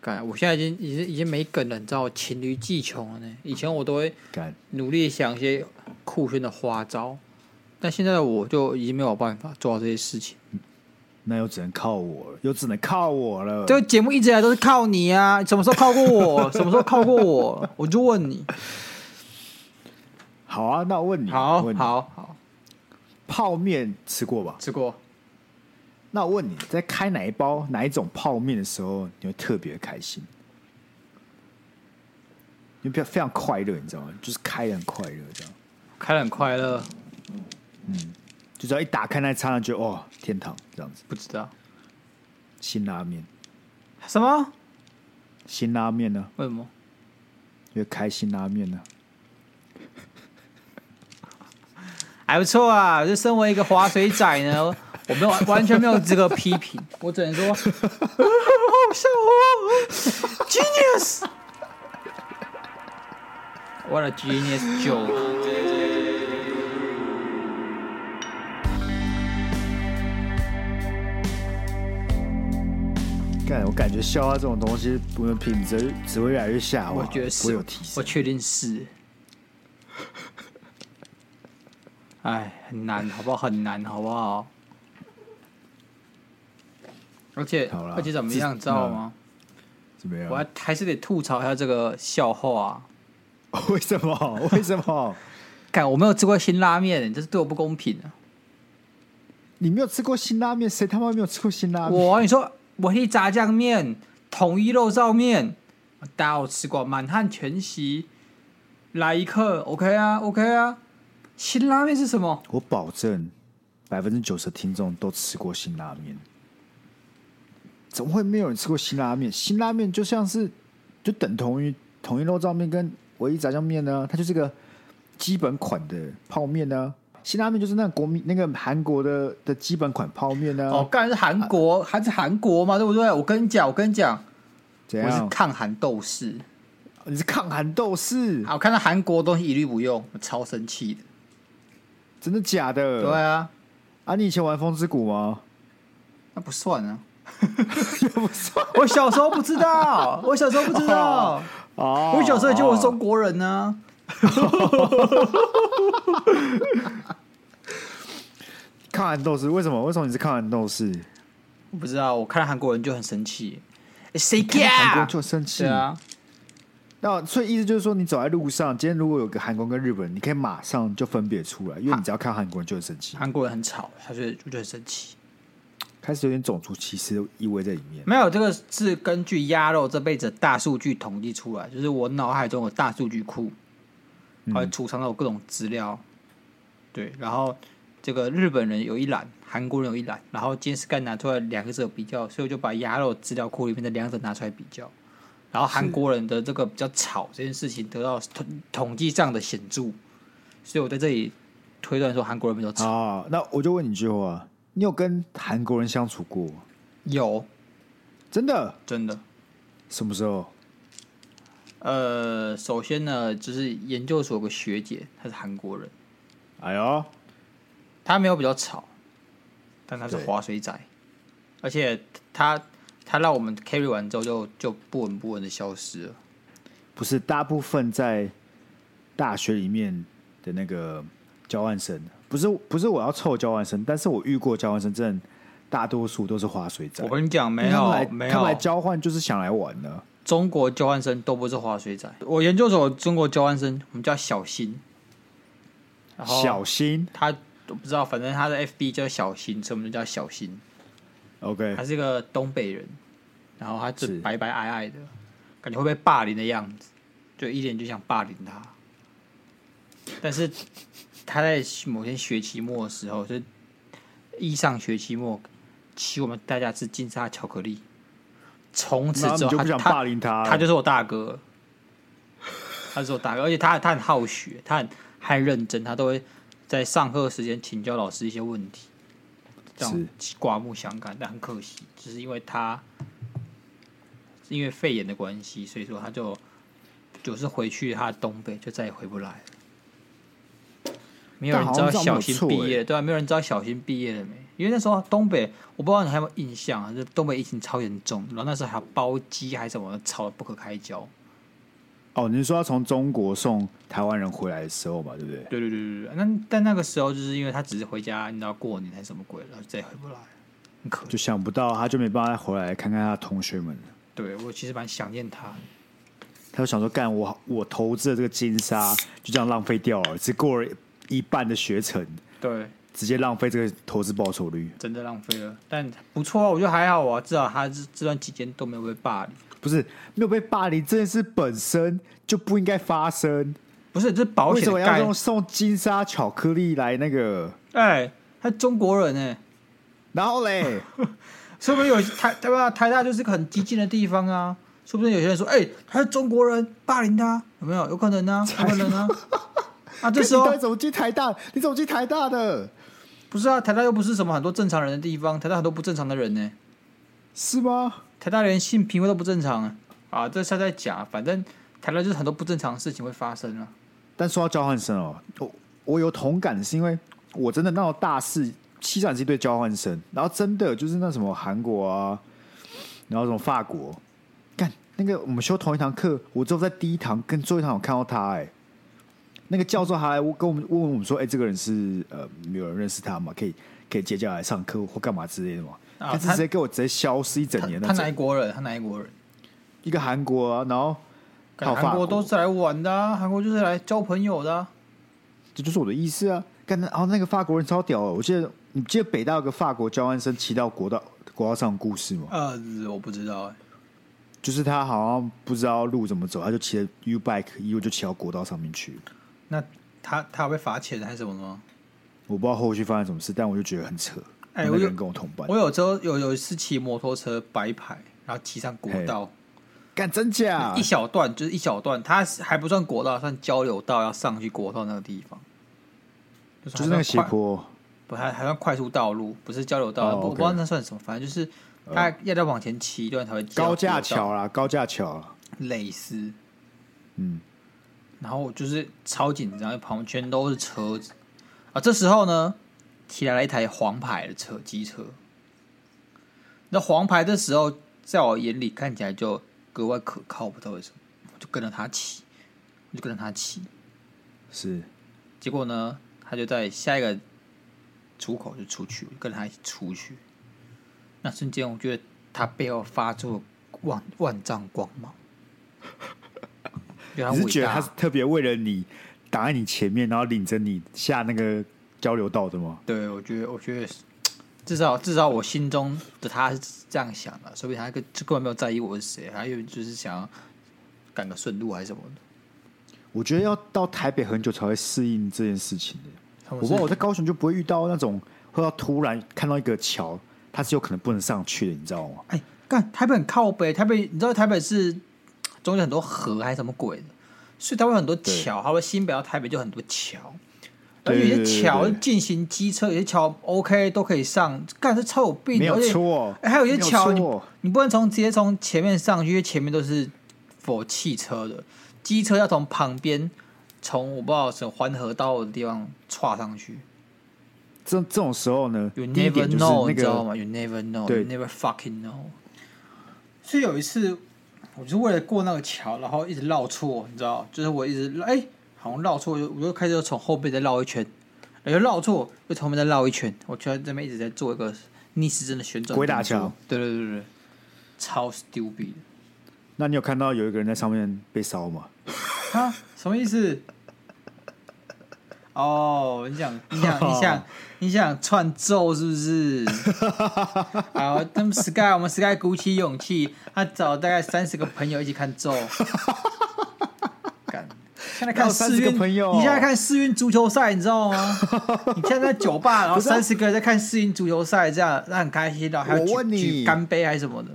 干，我现在已经已经已经没梗了，你知道，黔驴技穷了呢。以前我都会干努力想一些酷炫的花招，但现在的我就已经没有办法做到这些事情。那又只能靠我了，又只能靠我了。这个节目一直以来都是靠你啊！什么时候靠过我？什么时候靠过我？我就问你。好啊，那我问你，好问你好好，泡面吃过吧？吃过。那我问你，在开哪一包哪一种泡面的时候，你会特别开心？你比较非常快乐，你知道吗？就是开的很快乐，这样，开得很快乐，就只要一打开那一刹那，就哦，天堂这样子。不知道辛拉面，什么？辛拉面呢？为什么？因为开辛拉面呢、还不错啊！就身为一个滑水仔呢， 我没有完全没有资格批评，我只能说，好笑哦，genius。What a genius joke！干，我感觉笑话这种东西，我们品质只会越来越下滑，我觉得不会是有提，我升。确定是。哎，很难，好不好？很难，好不好？而且好啦嗯而且怎么这样，知道吗？怎么样我？还还是得吐槽一下这个笑话啊！ 为什么？ 为什么？看，我没有吃过辛拉面，这是对我不公平啊！你没有吃过辛拉面，谁他妈没有吃过辛拉面？我你说我去炸酱面、统一肉燥面，大家有吃过满汉全席、来一客，OK 啊，OK 啊。辛拉面是什么？我保证，百分之九十的听众都吃过辛拉面。怎么会没有人吃过辛拉面？辛拉面就像是就等同于统一肉燥面跟唯一炸酱面呢、它就是个基本款的泡面呢、辛拉面就是那个国民那个韩国的的基本款泡面呢、哦，当然是韩国，还是韩国嘛，对不对？我跟你讲，我跟你讲，怎我是样？抗韩斗士你是抗韩斗士啊！？我看到韩国东西一律不用，我超生气的。真的假的？对啊，啊，你以前玩风之谷吗？那不算 啊。不算我小时候不知道，我小时候不知道， 哦我小时候就我是哦中国人啊呢、抗韩斗士，为什么？为什么你是抗韩斗士？我不知道，我看到韩国人就很生气，欸谁看干？到韩国就生气对啊，那所以意思就是说，你走在路上，今天如果有个韩国跟日本人，你可以马上就分别出来，因为你只要看韩国人就会生气， 韩国人很吵，他就就很生气。开始有点种族歧视意味在里面。没有，这个是根据鸭肉这辈子的大数据统计出来，就是我脑海中有大数据库，它嗯会储藏到各种资料。对，然后这个日本人有一栏，韩国人有一栏，然后今天 Sky 拿出来两个者比较，所以我就把鸭肉资料库里面的两者拿出来比较，然后韩国人的这个比较吵这件事情得到统统计上的显著，所以我在这里推断说韩国人比较吵。啊，那我就问你一句话：你有跟韩国人相处过？有，真的？真的。什么时候？呃，首先呢，就是研究所有个学姐，她是韩国人，哎呦，她没有比较吵，但她是对滑水仔，而且她她让我们 carry 完之后就就不闻不问的消失了。不是，大部分在大学里面的那个交换生，不是不是我要凑交换生，但是我遇过交换生，真的大多数都是划水仔我。跟你讲，没他们有来没他们来有，交换就是想来玩的。中国交换生都不是滑水仔。我研究所中国交换生，我们叫小新，然后小心他我不知道，反正他的 FB 叫小新，所以我们就叫小新。 ，OK，他是一个东北人，然后他就是白白矮矮的，感觉会被霸凌的样子，就一脸就想霸凌他。但是他在某天学期末的时候，就是一上学期末，请我们大家吃金沙巧克力。从此那之后，你就他不想他霸凌他了他就是我大哥了，他就是我大哥，而且他他很好学，他很他很认真，他都会在上课时间请教老师一些问题，这样刮目相看。但很可惜，就是因为他是因为肺炎的关系，所以说他就就是回去他的东北，就再也回不来了。没有人知道但好像小这新样不毕错欸业了，对啊，没有人知道小新毕业了没？因为那时候东北，我不知道你还有没有印象啊，就东北疫情超严重，然后那时候还有包机还是什么，吵得不可开交。哦，你是说要从中国送台湾人回来的时候嘛，对不对？对对对对对，那但那个时候就是因为他只是回家，你知道过年还是什么鬼，然后再也回不来，很可惜。就想不到他就没办法回来看看他的同学们了。对我其实蛮想念他的。他就想说，干我我投资的这个金沙就这样浪费掉了，只过了一半的学程，对，直接浪费这个投资报酬率。真的浪费了，但不错啊，我觉得还好啊，至少他这这段期间都没有被霸凌。不是没有被霸凌这件事本身就不应该发生，不是，这是保为险什么的要概用送金沙巧克力来那个？哎、他中国人哎、然后嘞，说不定有台台湾台大就是个很激进的地方啊，说不定有些人说，哎、他是中国人，霸凌他，有没有？有可能 啊，有可能啊。啊，这时你候到底怎么进台大？你怎么进台大的？不是啊，台大又不是什么很多正常人的地方，台大很多不正常的人呢、是吗？台大连性平会都不正常啊！啊，这下在讲，反正台大就是很多不正常的事情会发生啊。但说到交换生哦，我我有同感，是因为我真的闹大四西展是一对交换生，然后真的就是那什么韩国啊，然后什么法国，干那个我们修同一堂课，我只有在第一堂跟最后一堂有看到他、哎，那个教授还来跟我们问我们说，哎、这个人是呃没有人认识他嘛，可以可以接下来上课或干嘛之类的嘛，啊他直接给我直接消失一整年他那他哪一种，国人？他哪一国人？一个韩国啊，然后还有韩法国都是来玩的、啊，韩国就是来交朋友的、啊。这就是我的意思啊！干，然后那个法国人超屌哦！我记得你记得北大有个法国交换生骑到国道国道上的故事吗？呃，我不知道、欸，就是他好像不知道路怎么走，他就骑着 U bike 一路就骑到国道上面去。那他他有被罚钱还是什么的吗？我不知道后续发生什么事，但我就觉得很扯。哎那我个有人跟我同班我，有时候有有一次骑摩托车白牌，然后骑上国道，干真假一？小段就是一小段，它是还不算国道，算交流道，要上去国道那个地方，就就是那个还斜算快坡，不还还算快速道路，不是交流道，哦我不 OK 哦我不知道那算什么，反正就是它要再往前骑一段才会骑到高架国道桥啦，高架桥啦。类似，嗯，然后我就是超紧张，因为旁边全都是车子啊。这时候呢，骑来了一台黄牌的车，机车。那黄牌的时候，在我眼里看起来就格外可靠，不知道为什么，我就跟着他骑，我就跟着他骑。是结果呢，他就在下一个出口就出去，我就跟他一起出去。那瞬间，我觉得他背后发出了万万丈光芒。你你是觉得他是特别为了你挡在你前面，然后领着你下那个交流道的吗？对，我觉得，我觉得是至少至少我心中的他是这样想的，所以他根根本没有在意我是谁，他又就是想要赶个顺路还是什么的。我觉得要到台北很久才会适应这件事情的。他们我不是知道我在高雄就不会遇到那种会要突然看到一个桥，它是有可能不能上去的，你知道吗？哎，干台北很靠北，台北你知道台北是中间很多河还是什么鬼的，所以它会很多对桥，它会新北到台北就很多桥，而对对有对些对桥对进行机车，有些桥 OK 都可以上，干这超有病没的，而有且错，哎还有一些桥没有错你不能从直接从前面上去，因为前面都是否汽车的，机车要从旁边，从我不知道是环河道的地方跨上去。这这种时候呢， You 第一 never 点就是 know，、那你知道个吗？You never know，you 对 never fucking know。所以有一次，我就是为了过那个桥，然后一直绕错，你知道，就是我一直绕哎、好像绕错，我就我就开始从后背再绕一圈，然后又绕错，又从后面再绕一圈，我就在这边一直在做一个逆时针的旋转鬼打动作墙，对对对对，超 stupid 的。那你有看到有一个人在上面被烧吗？啊，什么意思？哦，你想，你 想，你想，你想串咒是不是？好，那么 Sky，我们 Sky 鼓起勇气，他找大概三十个朋友一起看咒。干现在哪看有30世运个朋友你现在看世运足球赛，你知道 吗？你现在在酒吧，然后不是啊三十个人在看世运足球赛，这样那很开心的，还有我举问你举干杯还是什么的，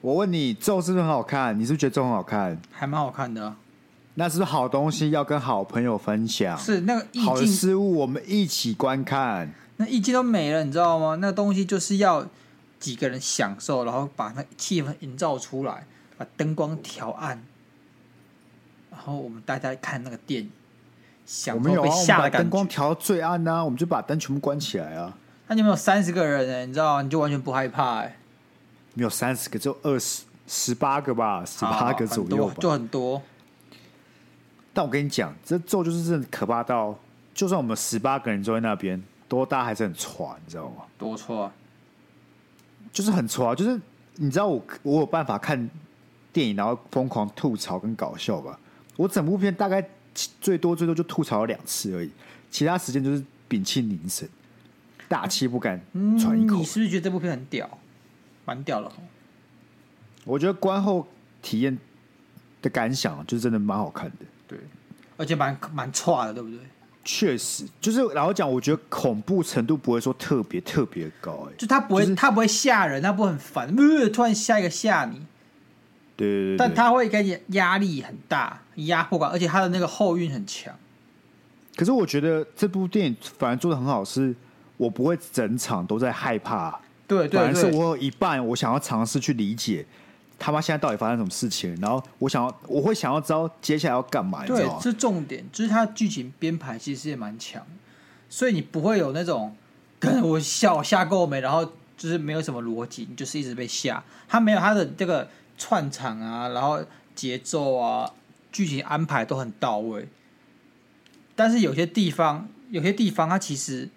我问你，咒是不是很好看？你是不是觉得咒很好看？还蛮好看的啊。那是不是好东西要跟好朋友分享？是那个意好的境事物我们一起观看。那意境都没了，你知道吗？那东西就是要几个人享受，然后把那气氛营造出来，把灯光调暗，然后我们大家看那个电影，享我们受有被啊，我们吓把的感灯光觉。调到最暗呐、我们就把灯全部关起来啊。那你们有三十个人、欸，你知道，你就完全不害怕、欸，没有三十个，只有二十十八个吧，十八个左右好啊很多就吧。很多。但我跟你讲，这咒就是真的可怕到，就算我们十八个人坐在那边，多大还是很喘，你知道吗？多错、啊，就是很挫啊，就是你知道我我有办法看电影，然后疯狂吐槽跟搞笑吧。我整部片大概最多最多就吐槽了两次而已，其他时间就是屏气凝神，大气不敢嗯喘一口你。是不是觉得这部片很屌？蛮屌的哦，我觉得观后体验的感想啊就是真的蛮好看的，对，而且蛮蛮差的，对不对？确实就是老实讲，我觉得恐怖程度不会说特别特别高、哎，就它不会，就是它不会吓人，它不会很烦，呃突然下一个吓你，对对对对，但它会给你压力很大，压迫感，而且它的那个后运很强。可是我觉得这部电影反而做的很好，是我不会整场都在害怕。对反对而是对，我有一半，我想要尝试去理解他妈现在到底发生什么事情，然后我想要，我会想要知道接下来要干嘛，你知对道，吗？这重点就是它剧情编排其实也蛮强，所以你不会有那种，跟我笑吓够没，然后就是没有什么逻辑，你就是一直被吓。它没有它的这个串场啊，然后节奏啊，剧情安排都很到位。但是有些地方，有些地方它其实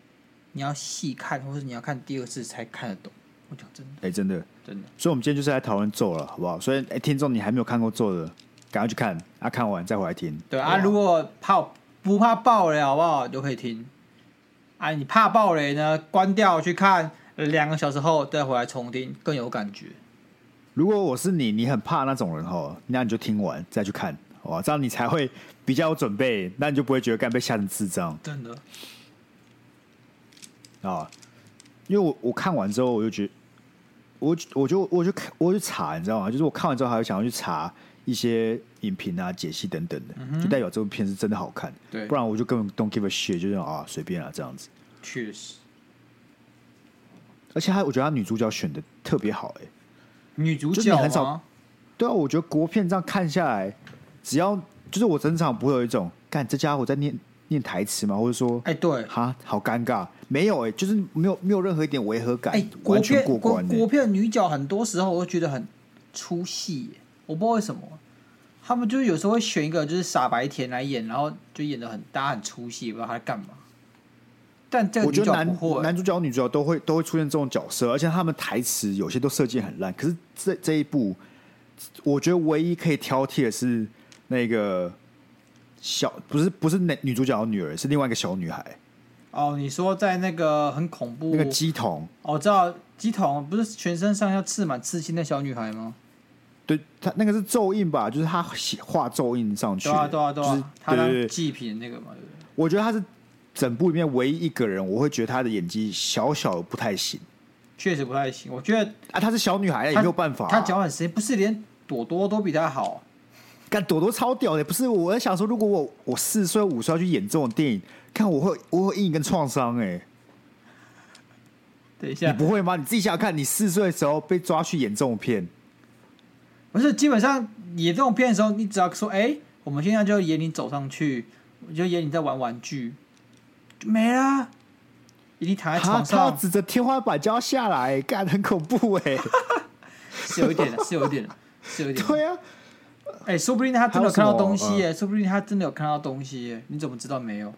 你要细看，或者你要看第二次才看得懂。我讲真的，哎、真的，真的，所以我们今天就是来讨论咒了，好不好？所以，哎、听众你还没有看过咒的，赶快去看，啊，看完再回来听。对好啊，不好如果怕不怕爆雷好不好，就可以听。啊，你怕爆雷呢，关掉去看，呃两个小时后再回来重听，更有感觉。如果我是你，你很怕那种人吼，那你就听完再去看，好吧？这样你才会比较有准备，那你就不会觉得干被吓成智障。真的，啊，因为我我看完之后，我就觉我就我就我就看我就查，你知道吗？就是我看完之后，还会想要去查一些影评啊、解析等等的，就代表这部片是真的好看。对不，然我就根本 don't give a shit，就是啊随便啊这样子。确实，而且他，我觉得他女主角选的特别好、欸，哎，女主就是角你吗？很少对啊，我觉得国片这样看下来，只要就是我整场不会有一种，干这家伙在念念台词吗？或者说，哎、对，哈，好尴尬，没有、欸，哎，就是没有没有任何一点违和感，哎、国完全片过国关、欸，国片女角很多时候我都觉得很出戏耶，我不知道为什么，他们就是有时候会选一个就是傻白甜来演，然后就演的很搭很出戏，也不知道她在干嘛。但这个我觉女角得不男会，男主角、女主角都会都会出现这种角色，而且他们台词有些都设计很烂。可是这这一部，我觉得唯一可以挑剔的是那个小，不是不是那女主角的女儿，是另外一个小女孩，哦，你说在那个很恐怖，那个鸡童。哦，我知道鸡桶不是全身上下刺满刺青的小女孩吗？对，她那个是咒印吧，就是她写画咒印上去对的。啊，对啊，对就是啊，她对对当对，祭品那个嘛，对不对？我觉得她是整部里面唯一一个人，我会觉得她的演技小小的不太行确实不太行，我觉得啊。她是小女孩，也她没有办法、啊。她脚很深，不是连朵朵都比她好。干朵朵超屌的，不是？我在想说，如果我我四岁五岁要去演这种电影，看我会我会有阴影跟创伤哎，等一下你，不会吗？你自己想想看，你四岁的时候被抓去演这种片，不是，基本上演这种片的时候，你只要说，哎、我们现在就演你走上去，我就演你在玩玩具，就没啦。演你躺在他床他要上指着天花板就要下来，干很恐怖哎、 是有一点的，是有一点的，是有一点的。对啊，哎、说不定他真的有看到东还西有什啊耶、说不定他真的有看到东西耶、你怎么知道没有？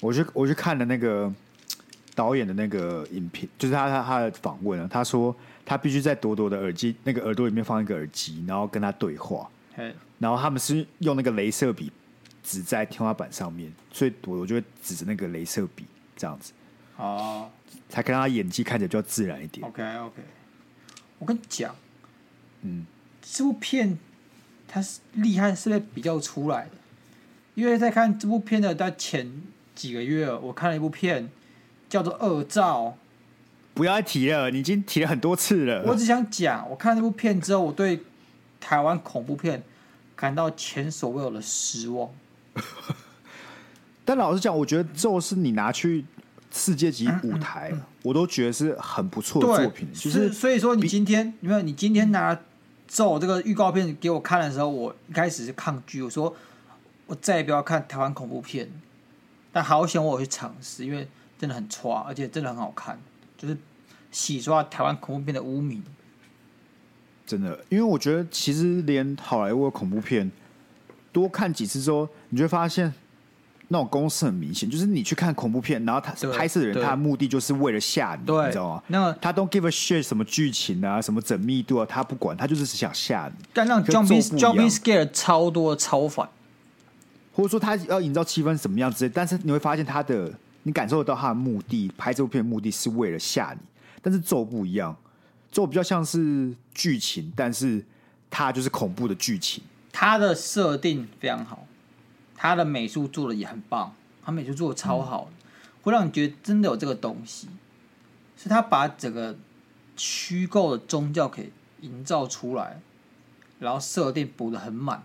我去我去看了那个导演的那个影片，就是他他他的访问啊，他说他必须在朵朵的耳机那个耳朵里面放一个耳机，然后跟他对话。嘿，然后他们是用那个镭射笔指在天花板上面，所以朵朵就会指着那个镭射笔这样子，哦才可以让他演技看起来比较自然一点。 ，OK OK，我跟你讲，嗯，这部片它是厉害是被比较出来的，因为在看这部片的在前几个月，我看了一部片叫做《恶兆》，不要再提了，你已经提了很多次我了。只想讲，我看这部片之后，我对台湾恐怖片感到前所未有的失望。但老实讲，我觉得咒是你拿去世界级舞台，我都觉得是很不错的嗯对，作品。就是是所以说你今天没有，你今天拿咒这个预告片给我看的时候，我一开始是抗拒，我说我再也不要看台湾恐怖片。但好险我有去尝试，因为真的很差，而且真的很好看，就是洗刷台湾恐怖片的污名。真的，因为我觉得其实连好莱坞的恐怖片多看几次之后，你就会发现那种公式很明显，就是你去看恐怖片，然后他对拍摄的人对他的目的就是为了吓你，对你知道吗？那他 don't give a shit 什么剧情啊，什么缜密度啊，他不管，他就是想吓你，但让跟 jumping 做不一样 jumping scare 超多超烦，或者说他要营造气氛什么样之类，但是你会发现他的，你感受得到他的目的，拍这部片的目的是为了吓你，但是咒不一样，咒比较像是剧情，但是它就是恐怖的剧情。它的设定非常好，它的美术做的也很棒，它美术做的超好的，会让你觉得真的有这个东西，是它把整个虚构的宗教给营造出来，然后设定补的很满，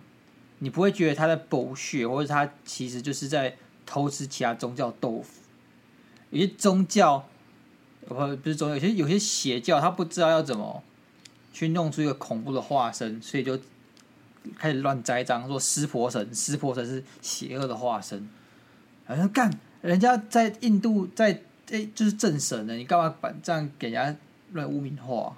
你不会觉得他在剥削，或者他其实就是在偷吃其他宗教豆腐，有些宗教。呃，不是宗教，有些有些邪教，他不知道要怎么去弄出一个恐怖的化身，所以就开始乱栽赃，说湿婆神，湿婆神是邪恶的化身。好像干，人家在印度在在就是正神的，你干嘛把这样给人家乱污名化？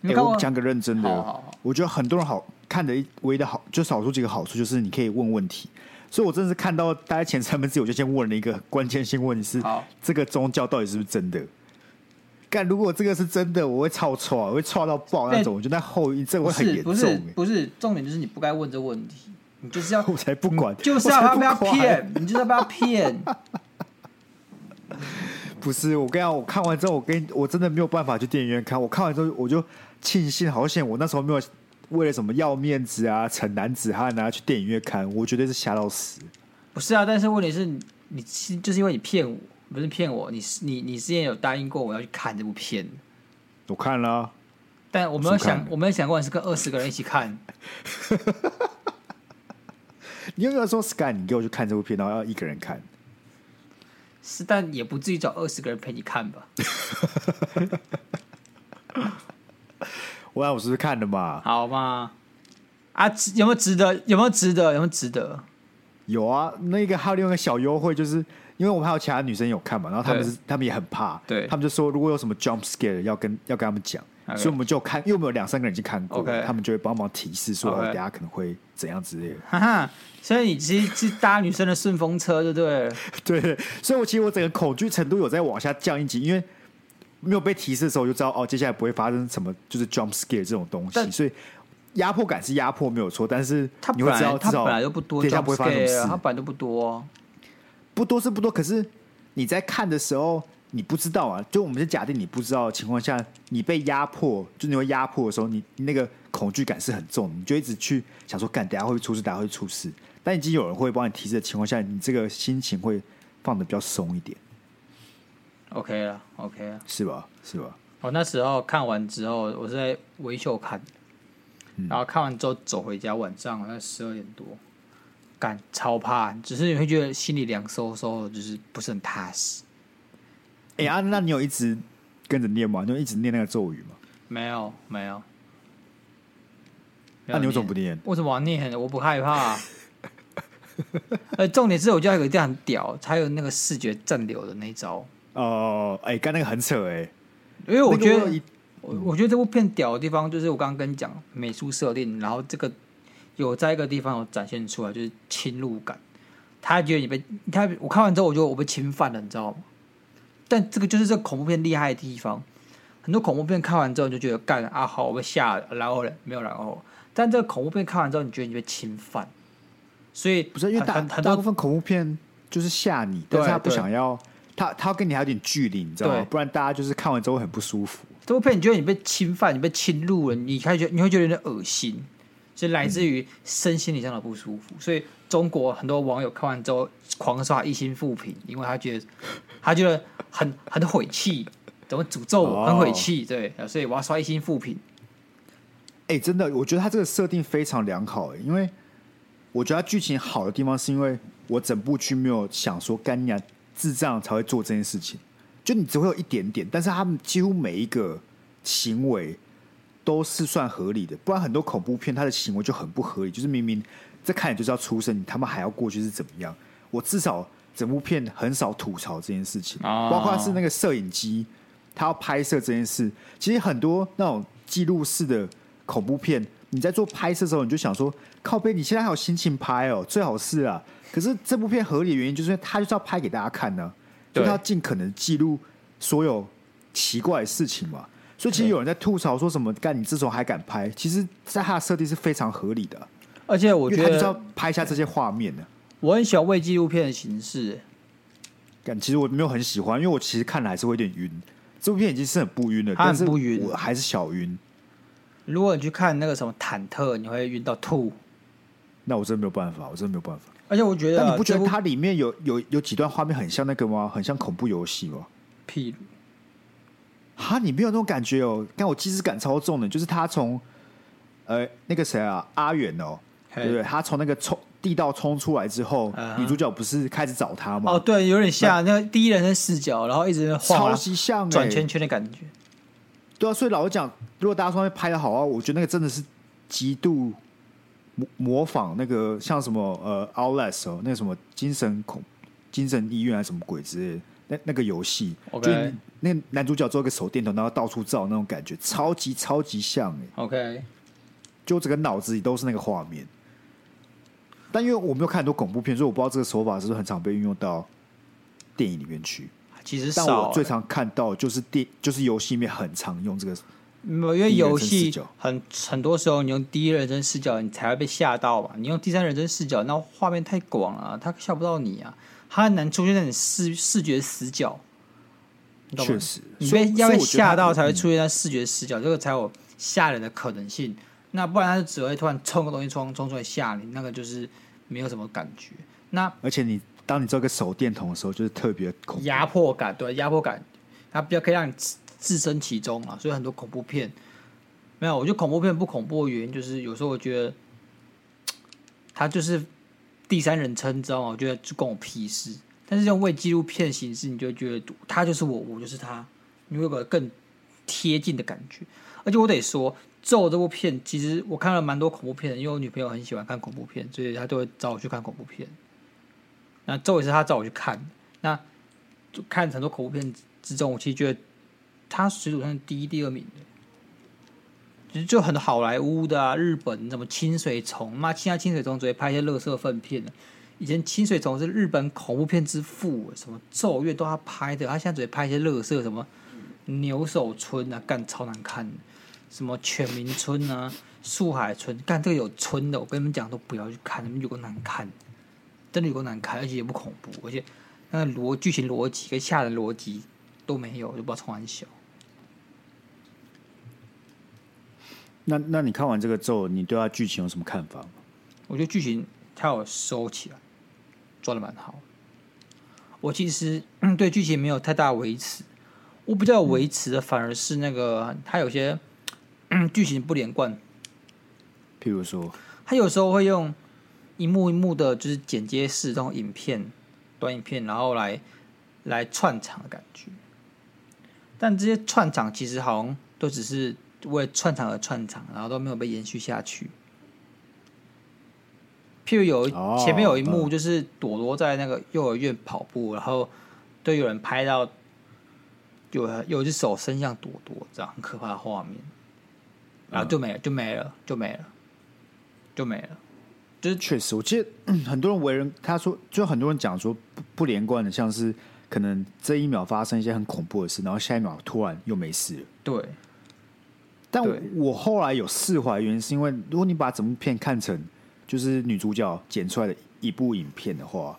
你哎、干嘛我？讲个认真的，好好好我觉得很多人好看的一唯一的好，就少数几个好处就是你可以问问题。所以我真的是看到大概前三分之一，我就先问了一个关键性问题是：好这个宗教到底是不是真的？干，如果这个是真的，我会超错，啊我会错到爆那种，我觉得那后遗症不会很是严不重、是欸。不是，重点就是你不该问这问题，你就是要 我才不管，就是我要才他不被他管。骗，你就是要被他骗。 不是，我跟你讲，我看完之后，我跟你我真的没有办法去电影院看。我看完之后，我就庆幸，好险，我那时候没有为了什么要面子啊、逞男子汉啊去电影院看，我绝对是吓到死。不是啊，但是问题是你，你是就是因为你骗我，不是骗我，你是你你之前有答应过我要去看这部片，我看了啊、但我没有什么看想的我没有想过你是跟二十个人一起看。你有没有说 Sky，你给我去看这部片，然后要一个人看？是，但也不至于找二十个人陪你看吧？我想我是不是看了嘛？好嘛？啊，值有没有值得？有没有值得？有没有值得？有啊，那个还有另外一个小优惠，就是因为我们还有其他女生有看嘛，然后他们对是他们也很怕，对他们就说如果有什么 jump scare 要跟要跟他们讲 OK 所以我们就看，因为我们有两三个人已经看过 OK 他们就会帮忙提示说 OK 哦等下可能会怎样之类的。哈哈，所以你其实是搭女生的顺风车，对不对了？ 对，所以我其实我整个恐惧程度有在往下降一级，因为没有被提示的时候，我就知道哦，接下来不会发生什么就是 jump scare 这种东但西，所以压迫感是压迫没有错，但是他你本会知来道他至本少来就不多等一下 jump 不会发生 scare，什啊他么事，本来就不多哦。不多是不多，可是你在看的时候。你不知道啊，就我们是假定你不知道的情况下，你被压迫，就你会压迫的时候，你你那个恐惧感是很重的，你就一直去想说，干，等下会不会出事，等下会出事。但已经有人会帮你提示的情况下，你这个心情会放的比较松一点， OK 了，OK 了。是吧？是吧？我哦那时候看完之后，我是在维秀看，嗯然后看完之后走回家，晚上好像十二点多，感超怕，只是你会觉得心里凉飕飕的，就是不是很踏实。哎、啊，那你有一直跟着念吗？你有一直念那个咒语吗？没有，没有。那、你为什么不念？为什么要念？我不害怕。 呃，重点是我觉得还有一个地方很屌，还有那个视觉暂留的那一招，哦、哎、刚那个很扯哎、因为我那个觉得有一我我觉得这部片屌的地方就是我刚刚跟你讲美术设定，然后这个有在一个地方有展现出来，就是侵入感。他觉得你被他，我看完之后，我觉得我被侵犯了，你知道吗？但这个就是这个恐怖片厉害的地方。很多恐怖片看完之后，你就觉得干啊好，我被吓了，然后嘞没有然后。但这个恐怖片看完之后，你觉得你被侵犯，所以不是因为很大很很大部多分恐怖片就是吓你，但是对他不对想要，他他要跟你还有点距离，你知道吗对？不然大家就是看完之后会很不舒服。这部片你觉得你被侵犯，你被侵入了，你开始觉你会觉得有点恶心，是来自嗯于身心理上的不舒服。所以中国很多网友看完之后狂刷一星负评，因为他觉得他觉得很很晦气，怎么诅咒我，哦很晦气，对，所以我要刷一星负评。哎、真的，我觉得他这个设定非常良好、欸，因为我觉得他剧情好的地方是因为我整部剧没有想说干你娘智障才会做这件事情，就你只会有一点点，但是他们几乎每一个行为都是算合理的，不然很多恐怖片他的行为就很不合理，就是明明在看你就知道出生，你他妈还要过去是怎么样？我至少整部片很少吐槽这件事情，哦包括是那个摄影机，他要拍摄这件事，其实很多那种记录式的恐怖片，你在做拍摄的时候，你就想说，靠背，你现在还有心情拍哦，最好是啊。可是这部片合理的原因就是因为他就是要拍给大家看呢、所对以他要尽可能记录所有奇怪的事情嘛。所以其实有人在吐槽说什么，干你这种还敢拍？其实，在他的设定是非常合理的，而且我因为觉他就是要得拍下这些画面的。我很喜欢为纪录片的形式，但其实我没有很喜欢，因为我其实看了还是会有点晕。这部片已经是很不晕了，它很但是不晕我还是小晕。如果你去看那个什么忐忑，你会晕到吐。那我真的没有办法，我真的没有办法。而且我觉得啊，但你不觉这得部它里面有有有几段画面很像那个吗？很像恐怖游戏吗？譬如哈，你没有那种感觉哦。但我既视感超重的，就是他从呃那个谁啊阿远哦，对不对？嘿他从那个冲地道冲出来之后嗯，哼女主角不是开始找他吗？哦，对，有点像那个第一人称视角，然后一直晃超啊级像欸转圈圈的感觉。对啊，所以老实讲，如果大家说拍的好啊，我觉得那个真的是极度模模仿那个像什么呃 Outlast 哦，那个什么精神恐精神医院还是什么鬼之类的，那那个游戏 OK 就是你那个男主角做一个手电筒，然后到处照那种感觉，超级超级像哎、 OK，就整个脑子里都是那个画面。但因为我没有看很多恐怖片，所以我不知道这个手法是不是很常被运用到电影里面去。其实但少我欸，最常看到的就是电就是游戏里面很常用这个没有因为第一人游称视戏角很很多时候你用第一人称视角，你才会被吓到嘛。你用第三人称视角，那画面太广了啊，它吓不到你啊，它很难出现在你视视觉死角。你懂吗确实，你所以被要被吓到才会。所以我觉得出现在嗯视觉死角，这个才有吓人的可能性。那不然他就只会突然冲个东西冲冲出来吓你，那个就是没有什么感觉。那它嗯而且你当你做个手电筒的时候，就是特别恐怖。压迫感，对压迫感，它比较可以让你置置身其中啊。所以很多恐怖片，没有，我觉得恐怖片不恐怖的原因就是有时候我觉得它就是第三人称，你知道吗？我觉得就关我屁事。但是用为纪录片形式，你就会觉得他就是我，我就是他，你会有个更贴近的感觉。而且我得说，《咒》这部片，其实我看了蛮多恐怖片的，因为我女朋友很喜欢看恐怖片，所以她都会找我去看恐怖片。那《咒》也是她找我去看的。那就看很多恐怖片之中，我其实觉得它水准上第一、第二名的。其实就很多好莱坞的啊，日本什么清水虫，妈，现在清水虫只会拍一些乐色粪片的。以前清水虫是日本恐怖片之父，什么咒怨都他拍的，他现在只会拍一些乐色，什么牛首村啊，干超难看的，什么犬鸣村啊、树海村，干这个有村的，我跟你们讲都不要去看，你们有够难看，真的有够难看，而且也不恐怖，而且那个逻剧情逻辑跟吓人逻辑都没有，我就不知道从哪里想。那那你看完这个之后，你对它剧情有什么看法吗？我觉得剧情它有收起来，抓的蛮好。我其实、 嗯对剧情没有太大维持，我比较有维持的反而是那个它有些 嗯剧情不连贯，譬如说，它有时候会用一幕一幕的，就是剪接式这种影片、短影片，然后来来串场的感觉。但这些串场其实好像都只是为了串场而串场，然后都没有被延续下去。譬如有一哦前面有一幕，嗯就是朵朵在那个幼儿园跑步，然后都有人拍到有人有一只手伸向朵朵，这样很可怕的画面，然后就没了，就没了，就没了，就没了。确实，我记得、嗯很多人为人，他说就很多人讲说不不连贯的，像是可能这一秒发生一些很恐怖的事，然后下一秒突然又没事了。对，但我对我后来有释怀，原因是因为如果你把整部片看成就是女主角剪出来的一部影片的话，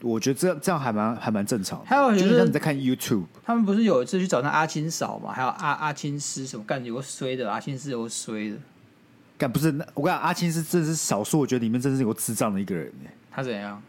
我觉得这这样还蛮还蛮正常的。还有就就是是像你在看 YouTube，他们不是有一次去找那阿青嫂嘛，还有阿阿青师什么干有个衰的，阿青师有个衰的，干不是那我跟你讲，阿青是真的是少数，我觉得里面真是有个智障的一个人欸他怎样？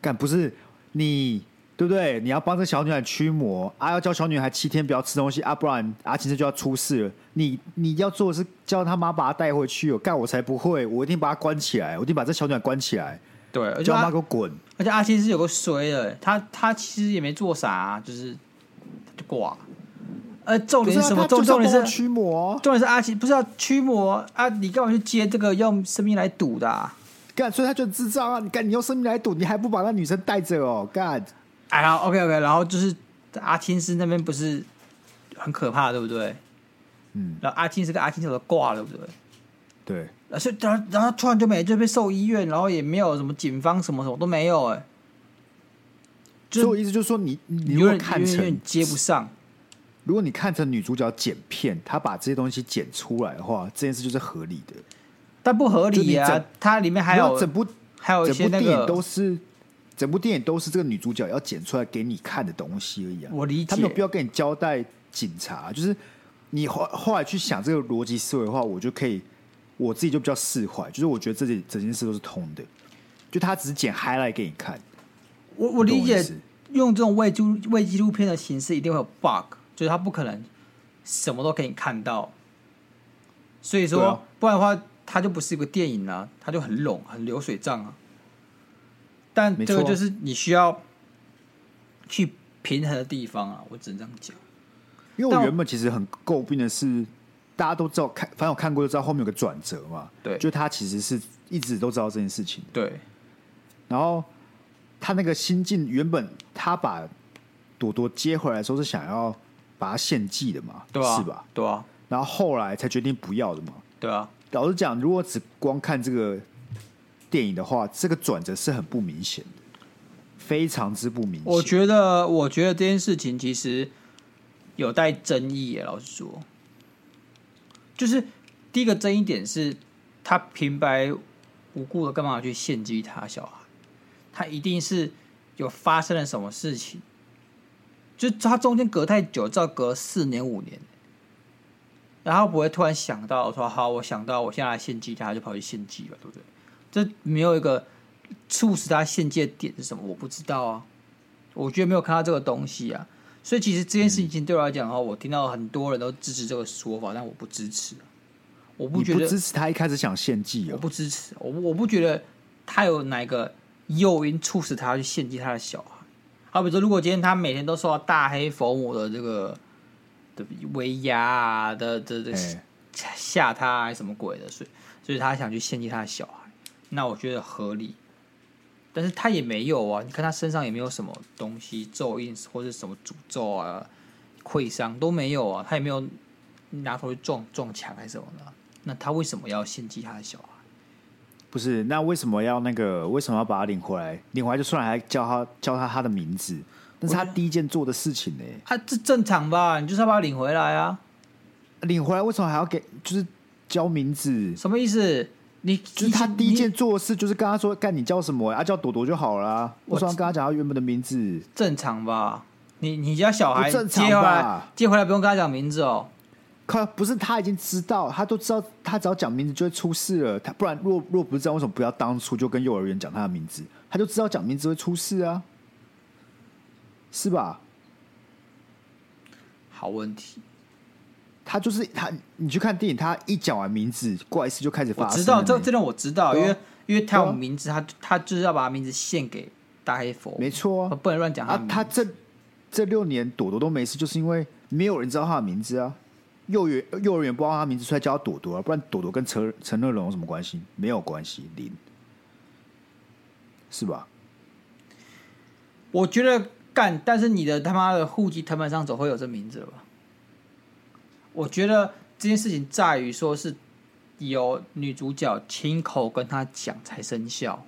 干不是你对不对？你要帮这小女孩驱魔啊，要教小女孩七天不要吃东西啊，不然阿青这就要出事了。你你要做的是叫她妈把她带回去哦，干我才不会，我一定把她关起来，我一定把这小女孩关起来，对，而且叫她妈阿给我滚。而且阿青师有个衰的，他他其实也没做啥、就是他就挂了。呃，重不是点啊是什么？她重就是要重点帮我是驱魔哦，重点是阿青不是要驱魔啊？你干嘛去接这个用生命来赌的、啊？干，所以他就智障啊！你干，你用生命来赌，你还不把那女生带着哦，干！哎，然后 OK OK，然后就是阿青师那边不是很可怕，对不对？嗯，然后阿青师跟阿青师都挂了，对不对？对，而且然后然后突然就没就被送医院，然后也没有什么警方什么什么都没有、哎，所以就我是意思就是说你，你你如有果点看有点有成点接不上，如果你看成女主角剪片，她把这些东西剪出来的话，这件事就是合理的。但不合就理你啊整！它里面还然有后整部还有一整些部那电影个都是整部电影都是这个女主角要剪出来给你看的东西而已啊。我理解他没有必要跟你交代警察，就是你后后来去想这个逻辑思维的话，我就可以我自己就比较释怀，就是我觉得这件整件事都是通的，就他只是剪 highlight 给你看。我我你理懂意解思用这种伪纪录伪纪录片的形式一定会有 bug，就是它不可能什么都给你看到，所以说、对啊不然的话，它就不是一个电影啊，它就很冗很流水账啊。但没这个错啊就是你需要去平衡的地方啊，我只能这样讲。因为但我我原本其实很诟病的是，大家都知道看，反正我看过就知道后面有个转折嘛。对就他其实是一直都知道这件事情，对，然后他那个心境原本他把朵朵接回来的时候是想要把她献祭的嘛，对啊，是吧？？对啊，然后后来才决定不要的嘛。对啊，老实讲，如果只光看这个电影的话，这个转折是很不明显的，非常之不明显。我觉得，我觉得这件事情其实有待争议耶。老实说，就是第一个争议点是，他平白无故的干嘛去献祭他小孩？他一定是有发生了什么事情，就他中间隔太久，至少隔四年五年。然后不会突然想到说好，我想到我现在来献祭他，就跑去献祭了，对不对？这没有一个促使他献祭的点是什么，我不知道啊。我觉得没有看到这个东西啊。所以其实这件事情对我来讲的话，我听到很多人都支持这个说法，但我不支持，啊我不你觉不得支持他一开始想献祭我哦，不支持，我不我不觉得他有哪个诱因促使他去献祭他的小孩。好比说，如果今天他每天都受到大黑佛母的这个的威压啊的的的哎吓他啊还是什么鬼的，所以所以他想去献祭他的小孩，那我觉得合理。但是他也没有啊，你看他身上也没有什么东西咒印或者什么诅咒啊、溃伤都没有啊，他也没有拿头去撞撞墙还是什么的啊。那他为什么要献祭他的小孩？不是？那为什么要那个？为什么要把他领回来？领回来就算了，还叫他叫他他的名字，那是他第一件做的事情呢、啊，这正常吧？你就是要把他领回来啊？领回来为什么还要给？就是教名字，什么意思？你就是他第一件你做的事就是跟他说：“干你叫什么、啊，叫朵朵就好啦。我为什么要跟他讲他原本的名字？正常吧？你你家小孩不正接常回来吧，接回来不用跟他讲名字哦。靠，不是他已经知道，他都知道，他只要讲名字就会出事了。他不然，若若不是这样，为什么不要当初就跟幼儿园讲他的名字？他就知道讲名字会出事啊，是吧？好问题，他就是他，你去看电影，他一讲完名字，怪事就开始我发生了呢。知道这这段我知道，对啊因为因为他有对啊名字，他他就是要把他名字献给大黑佛，没错啊，不能乱讲他的啊，名字他这这六年朵朵都没事，就是因为没有人知道他的名字啊。幼儿园幼儿园不知道他的名字，所以叫他朵朵啊，不然朵朵跟陈陈乐融有什么关系？没有关系，零，是吧？我觉得干，但是你的他妈的户籍藤本上总会有这名字了吧？我觉得这件事情在于说是由女主角亲口跟他讲才生效，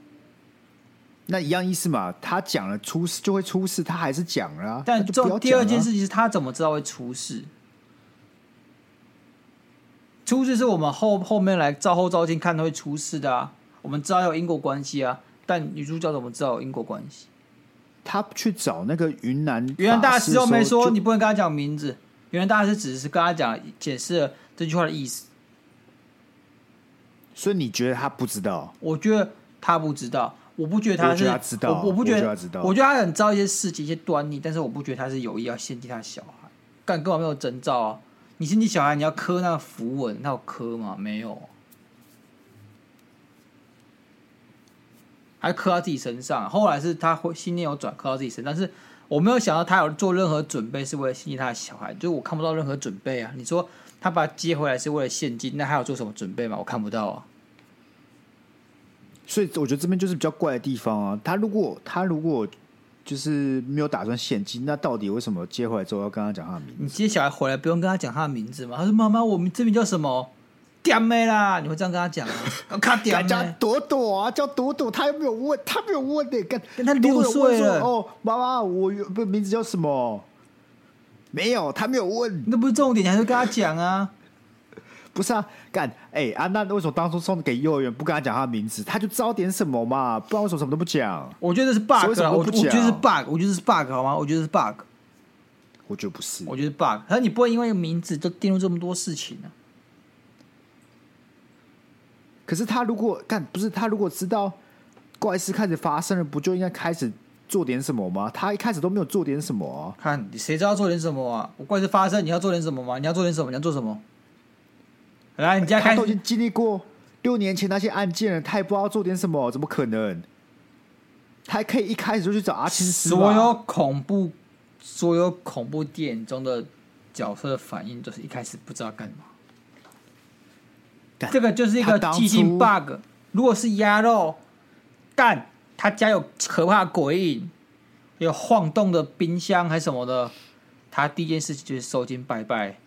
那一样意思嘛，他讲了出事就会出事，他还是讲了、啊，但那就不重要第二讲件啊事，情是他怎么知道会出事？出事是我们后后面来照后照镜看会出事的啊，我们知道有因果关系啊，但女主角怎么知道有因果关系？他去找那个云南原来大法师师又没的时候说就你不能跟他讲名字，原来大师只是跟他讲解释了这句话的意思。所以你觉得他不知道？我觉得他不知道，我不觉得他我觉是，得他知道我我不我觉觉得得他知道我觉得他很知道一些事情、一些端倪，但是我不觉得他是有意要献祭他的小孩，干根本没有征兆啊！你献祭小孩，你要磕那个符文，他有磕吗？没有，还磕到自己身上。后来是他会心念有转，磕到自己身上，但是我没有想到他有做任何准备是为了献祭他的小孩，就是我看不到任何准备啊！你说他把他接回来是为了献祭，那他有做什么准备吗？我看不到啊。所以我觉得这边就是比较怪的地方啊。他如果他如果就是没有打算献祭，那到底为什么接回来之后要跟他讲他的名字？你接小孩回来不用跟他讲他的名字吗？他说：“妈妈，我们这边叫什么？”点妹啦，你会这样跟他 讲啊？卡点叫妹，朵朵啊，叫朵朵，他又没有问，他没有问的、跟但他六岁啊了哦，妈妈，我有不名字叫什么？没有，他没有问，那不是重点，你还是跟他讲啊？不是啊，干，哎、啊，那为什么当初送给幼儿园不跟他讲他的名字，他就知道点什么嘛？不然为什么什么都不讲？我觉得是所以 bug，为什啦么我我不觉得是讲 bug，我觉得是 bug 好吗？我觉得是 bug，我觉得不是，我觉得是 bug。然后你不会因为一个名字就进入这么多事情啊？可是他如果干不是他如果知道怪事开始发生了，不就应该开始做点什么吗？他一开始都没有做点什么啊、看谁知道做点什么啊？我怪事发生，你要做点什么吗？你要做点什么？你要做什么？来，你家他开都已始经经历过六年前那些案件了，他也不知道做点什么，怎么可能？他还可以一开始就去找阿青师吧所有恐怖，所有恐怖电影中的角色的反应，就是一开始不知道干嘛。干这个就是一他个当寂静初 bug。如果是鸭肉，干他家有可怕的鬼影，有晃动的冰箱还是什么的，他第一件事情就是收金拜拜，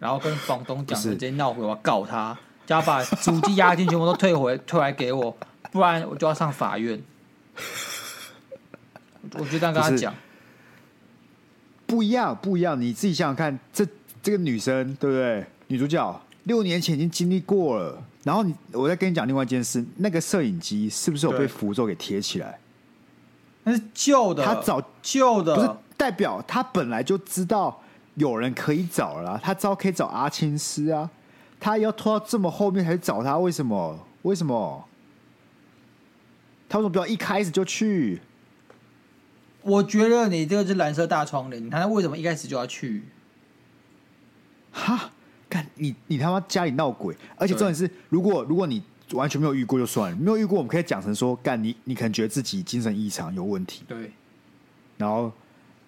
然后跟房东讲，不是直接闹鬼，我要告他，叫他把主机押金全部都退回退来给我，不然我就要上法院。我就这样跟他不是讲，不一样，不一样。你自己想想看，这这个女生对不对？女主角六年前已经经历过了，然后你我再跟你讲另外一件事，那个摄影机是不是有被对符咒给贴起来？那是旧的，他早旧不是的，代表他本来就知道有人可以找了啊、他知道可以找阿青师啊，他要拖到这么后面才去找他，为什么？为什么？他为什么不要一开始就去？我觉得你这个是蓝色大窗帘，你看他为什么一开始就要去？哈，看你你他妈家里闹鬼，而且对重点是，如果如果你完全没有遇过就算了，没有遇过我们可以讲成说，干你你可能觉得自己精神异常有问题，对，然后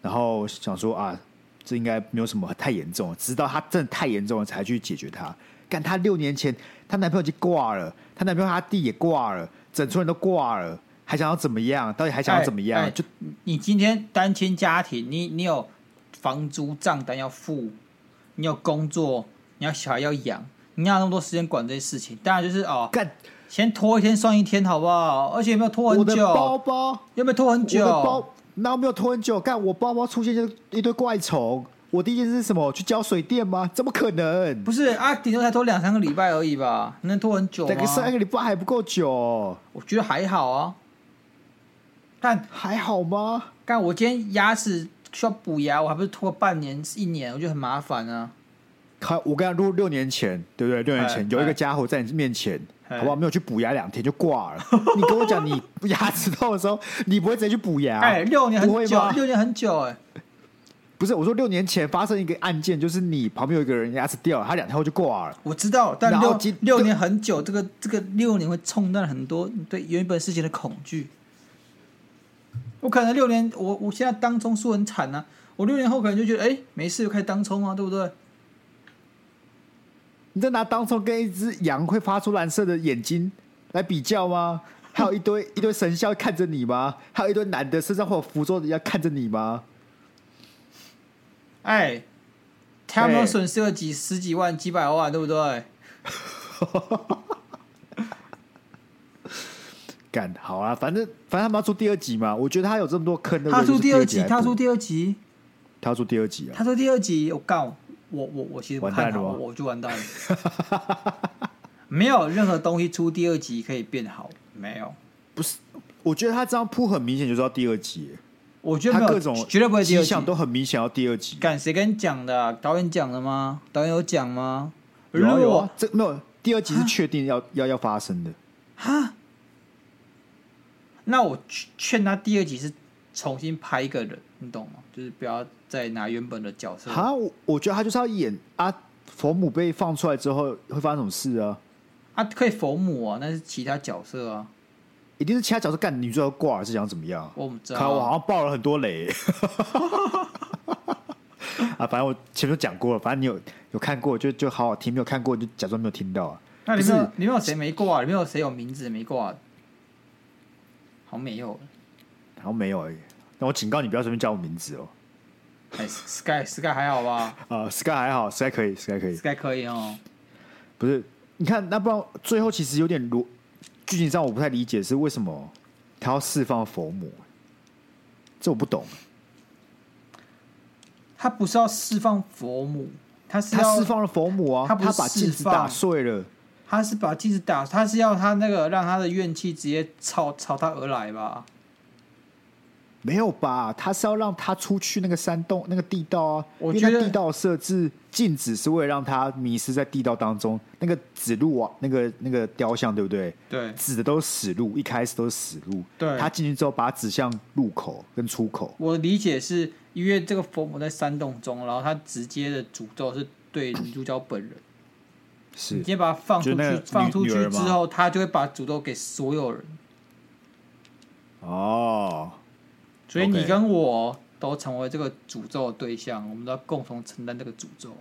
然后想说啊，这应该没有什么太严重，直到她真的太严重了才去解决它。干她六年前，她男朋友已经挂了，她男朋友她弟也挂了，整村人都挂了，还想要怎么样？到底还想要怎么样？哎哎就你今天单亲家庭，你你有房租账单要付，你有工作，你要小孩要养，你哪有那么多时间管这些事情？当然就是哦，干先拖一天算一天，好不好？而且有没有拖我很的包久？包，有没有拖很我的久？包，然后没有拖很久，干我包包出现一一堆怪虫。我第一件事是什么？去浇水电吗？怎么可能？不是啊，顶多才拖两三个礼拜而已吧，能拖很久那个三吗？个礼拜还不够久、我觉得还好啊。但还好吗？但我今天牙齿需要补牙，我还不是拖半年一年，我觉得很麻烦啊。他，我跟他录六年前，对不对？六年前哎有一个家伙在你面前，哎好不好？没有去补牙两天就挂了。你跟我 讲你牙齿痛的时候，你不会直接去补牙？啊哎、六年不很会久吗，六年很久哎、不是，我说六年前发生一个案件，就是你旁边有一个人牙齿掉了，他两天后就挂了。我知道，但然后六今六年很久，这个这个六年会冲淡很多你对原本事情的恐惧。我可能六年，我我现在当冲输很惨啊，我六年后可能就觉得，哎、没事，就开始当冲啊，对不对？你在拿当初跟一只羊会发出蓝色的眼睛来比较吗？还有一堆一堆神像看着你吗？还有一堆男的身上会有符咒的要看着你吗？哎、他们对损失了几十几万、几百万，对不对？干好啊，反正反正他们要出第二集嘛，我觉得他有这么多坑的，他出第二二集，他出第二集，他出第二集啊。他出第二集，我告我我我其实不完蛋看了好，吗我我就完蛋了。没有任何东西出第二集可以变好，没有。不是，我觉得他这样铺很明显就是要第二集，我觉得他没有，各种绝对不会第二迹集象。都很明显要第二集。干谁跟你讲的啊、导演讲的吗？导演有讲吗？有啊如有果啊，这没有第二集是确 定要要要发生的。哈，那我劝劝他第二集是重新拍一个人，你懂吗？就是不要再拿原本的角色。哈，我我觉得他就是要演啊，佛母被放出来之后会发生什么事啊？啊，可以佛母啊，那是其他角色啊，一定是其他角色干女主角挂了是想怎么样啊？我们知看我道。好像爆了很多雷。 啊，反正我前面都讲过了，反正你有有看过就就好好听，没有看过就假装没有听到啊。那里不面是有里面有谁没挂？里面有谁有名字没挂？好像没有了。然后没有而已。那我警告你不要随便叫我名字哦。哎，Sky Sky 还好吧啊、s k y 还好，Sky 可以，Sky 可以。 ？Sky 可以哦。不是，你看，那不然最后其实有点逻剧情上我不太理解是为什么他要释放佛母，这我不懂。他不是要释放佛母，他是他要释放了佛母啊，他他不是把镜释子放打碎了，他是把镜子打，他是要他那个让他的怨气直接朝朝他而来吧？没有吧？他是要让他出去那个山洞那个地道啊，我因为觉那得地道设置禁止是为了让他迷失在地道当中。那个指路啊，那个那个雕像对不对？对指的都是死路，一开始都是死路。对他进去之后把它指向入口跟出口。我理解是因为这个佛母在山洞中，然后他直接的诅咒是对女主角本人，你是直，接把他放出就那个去，女放出去女儿之吗后，他就会把诅咒给所有人，哦，所以你 OK 跟我都成为这个诅咒的对象，我们都要共同承担这个诅咒。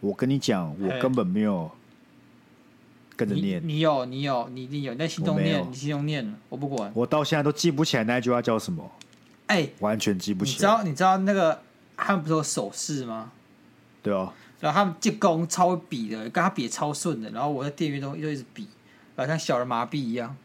我跟你讲，嘿我根本没有跟着你念，你有你有你一定有，你在心中我没有念，你心中念了，我不管。我到现在都记不起来那句话叫什么，哎、完全记不你起知来。道你知道那个他们不是有手势吗？对哦，然后他们进攻超会比的，跟他比得超顺的。然后我在电源中就一直比，然后像小儿麻痹一样。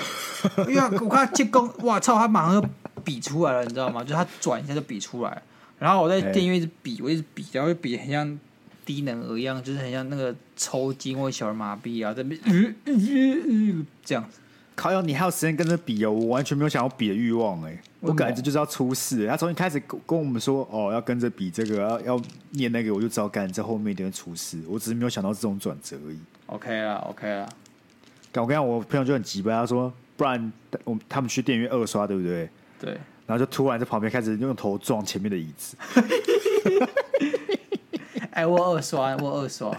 因为我看他进攻，哇操，他马上就比出来了，你知道吗？就是他转一下就比出来。然后我在哎电源一直比，我一直比，然后就比得很像低能儿一样，就是很像那个抽筋或者小儿麻痹啊，在那边、呃呃呃呃这样子。靠要你还有时间跟着比哦，我完全没有想要比的欲望哎、我感觉就是要出事。他从一开始跟跟我们说哦，要跟着比这个，要要念那个，我就知道干这后面一定会出事。我只是没有想到这种转折而已。 OK 啦，OK 啦，干我跟你讲，我朋友就很急吧，他说不然我们他们去电影院二刷对不对？对，然后就突然在旁边开始用头撞前面的椅子。哎，我有二刷，我有二刷。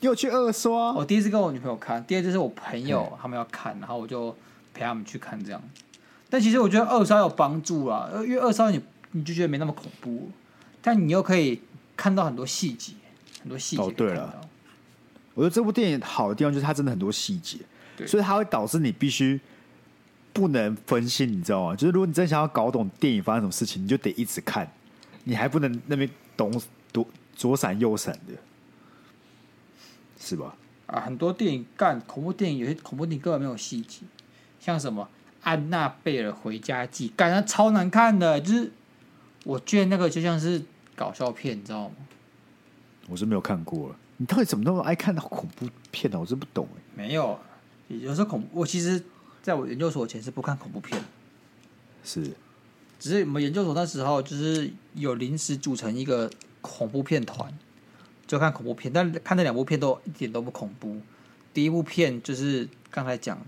你有去二刷？哦我第一次跟我女朋友看，第二次是我朋友他们要看，然后我就陪他们去看这样。但其实我觉得二刷有帮助啦，呃因为二刷你你就觉得没那么恐怖，但你又可以看到很多细节，很多细节哦可以看对到。了我觉得这部电影好的地方就是它真的很多细节对，所以它会导致你必须不能分心，你知道吗？就是如果你真想要搞懂电影发生什么事情，你就得一直看，你还不能那边懂左左闪右闪的，是吧？啊，很多电影干恐怖电影，有些恐怖电影根本没有细节，像什么《安娜贝尔回家记》，感觉超难看的，就是我觉得那个就像是搞笑片，你知道吗？我是没有看过了。你到底怎么那么爱看到恐怖片呢、我真不懂哎、没有，啊有时候恐怖，我其实在我研究所前是不看恐怖片的。是只是我们研究所那时候就是有临时组成一个恐怖片团，就看恐怖片，但看那两部片都一点都不恐怖。第一部片就是刚才讲的，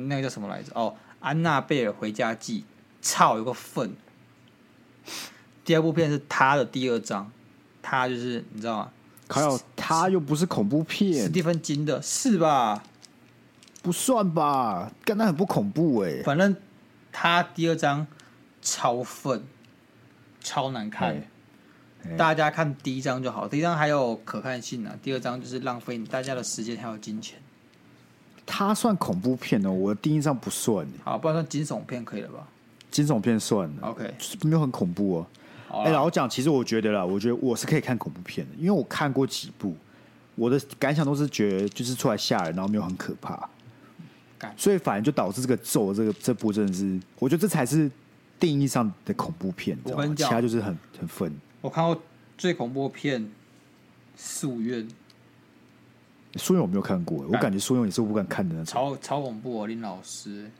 那个叫什么来着？哦，《安娜贝尔回家记》，操，有个粪。第二部片是他的第二章，他就是你知道吗？还有它又不是恐怖史片，蒂芬金的是吧？不算吧？干那很不恐怖哎、反正他第二章超粪，超难看。哎哎大家看第一章就好，第一章还有可看性啊，第二章就是浪费大家的时间还有金钱。它算恐怖片哦，我的定义上不算、欸，好，不然算惊悚片可以了吧惊悚片算了。 ？OK，就是没有很恐怖哦。好哎、啦老实讲，其实我觉得啦，我觉得我是可以看恐怖片的，因为我看过几部，我的感想都是觉得就是出来吓人，然后没有很可怕干，所以反而就导致这个咒这个这部真的是，我觉得这才是定义上的恐怖片，你知道我跟吗你？其讲他就是很很分。我看过最恐怖的片《夙愿》，苏勇我没有看过，我干感觉苏勇也是我不敢看的那种。超超恐怖哦，林老师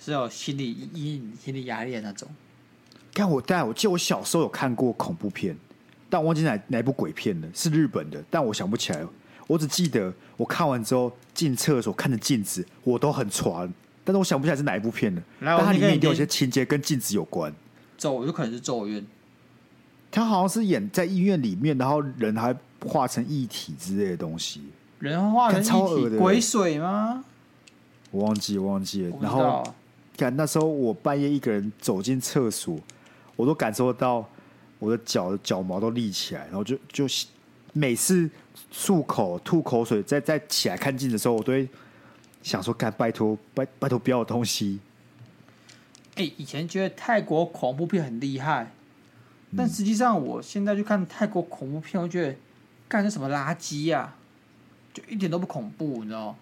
是有心理阴影、心理压力的那种。看我，但我记得我小时候有看过恐怖片，但我忘记哪哪一部鬼片了，是日本的，但我想不起来了。我只记得我看完之后进厕所看着镜子，我都很喘，但是我想不起来是哪一部片了。来我但它先里面给一你定有听些情节跟镜子有关。咒，有可能是咒怨。他好像是演在医院里面，然后人还化成液体之类的东西，人化成干超一恶体的欸鬼水吗？我忘记我忘记了我。不然知道后啊。看那时候我半夜一个人走进厕所，我都感受到我的脚脚毛都立起来，然后就就每次漱口吐口水，再再起来看镜子的时候，我都会想说干拜托拜拜托不要有东西，哎、以前觉得泰国恐怖片很厉害，嗯但实际上我现在去看泰国恐怖片，我觉得干这什么垃圾呀、就一点都不恐怖，你知道吗？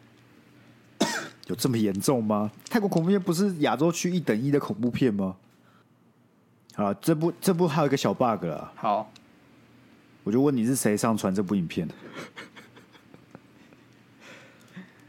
有这么严重吗？泰国恐怖片不是亚洲区一等一的恐怖片吗？啊，这部这部还有一个小 bug 了，好，我就问你是谁上传这部影片的，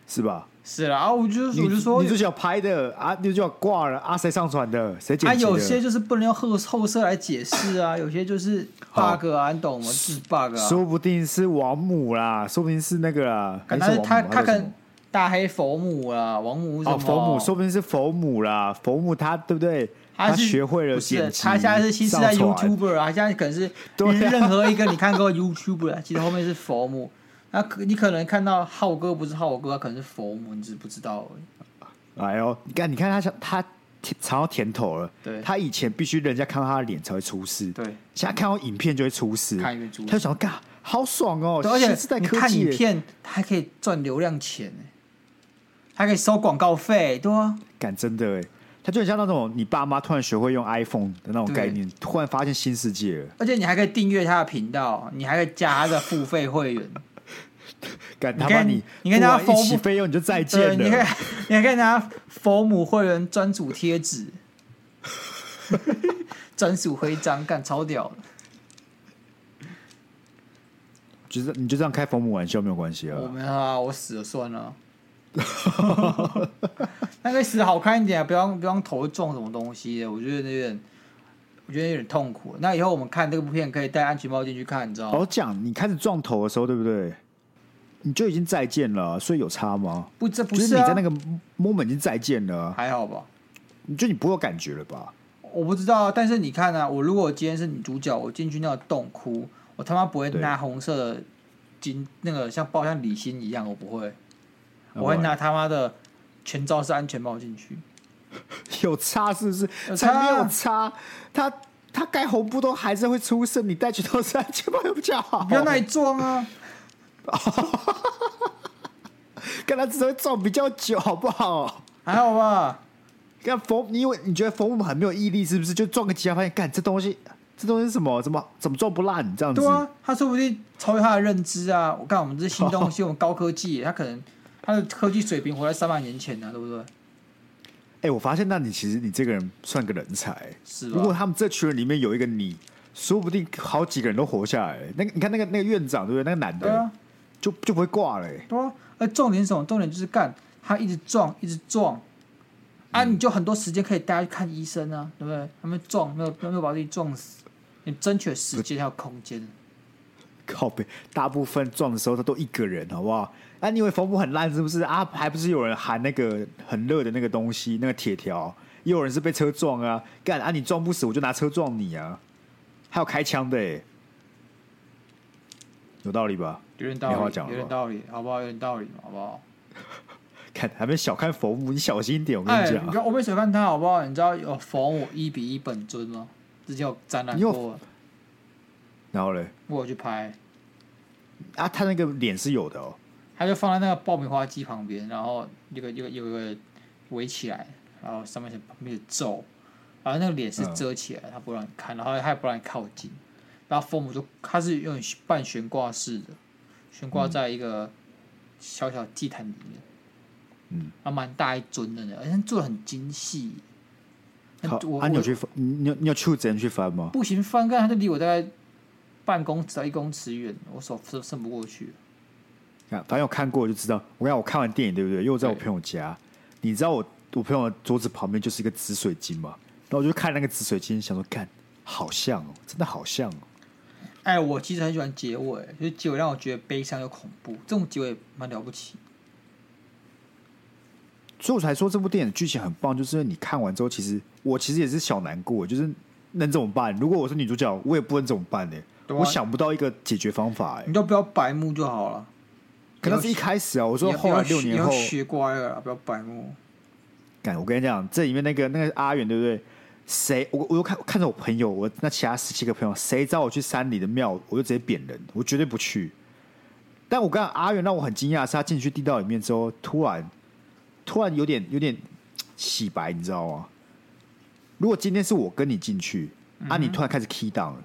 是吧？是啦，啊，我就是你我就说女主角拍的啊，女主角挂了啊，谁上传的？谁剪啊，辑的？有些就是不能用后后设来解释啊， 有些就是 bug 啊，你懂吗？就是 bug 啊。说不定是王母啦，说不定是那个啦，感还他是是王母他他还是什跟么大黑佛母啊，王母是什么？哦，佛母，说不定是佛母啦，佛母她对不对？他她是学会了不是剪辑，他现在是新时代上传 YouTuber 啊，他现在可能是对啊任何一个你看过 YouTuber，、啊、其实后面是佛母。那可你可能看到浩哥不是浩哥，他可能是佛母，你只是不知道而已。哎呦，你看，你看他想他甜尝到甜头了。对他以前必须人家看到他的脸才会出事，对，现在看到影片就会出事，看一个猪他就想说，嘎，好爽哦！对而且新时代你科看技影耶，片，他还可以赚流量钱呢、还可以收广告费，对啊，感真的哎，他就很像那种你爸妈突然学会用 iPhone 的那种对概念，突然发现新世界了。而且你还可以订阅他的频道，你还可以加他的付费会员。感你他妈看你，你看他付完一起疯不费用你就 再对，见你可以了。，你还可以拿佛母会员专属贴纸， 专属徽章，干超屌的。就是你就这样开佛母玩笑没有关系我啊。们啊，我死了算了。 那个死得好看一点啊，不要不要头撞什么东西的，我觉得有点，我觉得有点痛苦。那以后我们看这部片可以戴安全帽进去看，你知道吗？老讲，你开始撞头的时候，对不对？你就已经再见了，啊所以有差吗？不，这不就是你啊，在那个 moment 已经再见了啊，还好吧？你就你不会有感觉了吧？我不知道啊，但是你看啊，我如果今天是女主角，我进去那个洞窟，我他妈不会对拿红色的金那个像包像李欣一样，我不会，那我会不然拿他妈的全罩式安全帽进去。有差是不是？有差才啊没有差，他他该红布都还是会出事，你带去都是安全帽又比较好。不要那里撞啊！跟他只会撞比较久，好不好？还好吧？看冯，你以为你觉得冯木很没有毅力是不是？就撞个几下，发现干这东西，这东西是什么？怎么怎么撞不烂？这样子对啊，他说不定超越他的认知啊！我看我们这是新东西，我们高科技，他可能他的科技水平活在三万年前呢、啊对不对？哎、我发现，那你其实你这个人算个人才。是啊吧如果他们这群人里面有一个你，说不定好几个人都活下来。那个你看那个那个院长对不对？那个男对的、啊，就就不会挂了、欸对啊。而重点是什么？重点就是干他一直撞，一直撞嗯啊！你就很多时间可以带他去看医生啊，对不对？他们撞没有没有把自己撞死，你争取时间还有空间。靠背，大部分撞的时候他都一个人，好不好？啊，你以为缝补很烂是不是啊？还不是有人含那个很热的那个东西，那个铁条，也有人是被车撞啊。干啊，你撞不死我就拿车撞你啊！还有开枪的、欸，有道理吧？有点没道话理，讲了有点吧道理，好不好？有点道理，好不好？看，还没小看缝补，你小心一点，我跟哎，你你讲不。要我没小看他，好不好？你知道有逢我一比一本尊吗？之前有展览你有过，然后嘞，我有去拍。啊，他那个脸是有的哦，他就放在那个爆米花机旁边，然后有个有个有个围起来，然后上面是旁边有皱，然后那个脸嗯是遮起来，他不让你看，然后他也不让你靠近，然后父母就他是用半悬挂式的，悬挂在一个小小祭坛里面，嗯，还蛮大一尊的呢，而且做的很精细。很好，我啊，你有我去翻，你你有你有去之前去翻吗？步行翻盖，他就离我大概半公尺到一公尺远，我手伸伸不过去。啊，反正有看过就知道。我跟你讲，我看完电影对不对？因为我在我对朋友家，你知道我我朋友的桌子旁边就是一个紫水晶嘛，然后我就看那个紫水晶，想说看，好像哦，真的好像哦。哎，我其实很喜欢结尾，就是结尾让我觉得悲伤又恐怖，这种结尾蛮了不起。所以我才说这部电影的剧情很棒，就是因为你看完之后，其实我其实也是小难过，就是能怎么办？如果我是女主角，我也不能怎么办呢、对啊嗯我想不到一个解决方法哎、你就不要白目就好了。可能是一开始啊，我我说后来六年后，学乖了啦，不要白目。干，我跟你讲，这里面那个那个阿远，对不对？谁我我又看看着我朋友，我那其他十七个朋友，谁找我去山里的庙，我就直接扁人，我绝对不去。但我刚阿远让我很惊讶的是，他进去地道里面之后，突然突然有点有点洗白，你知道吗？如果今天是我跟你进去，嗯啊，你突然开始 key down 了，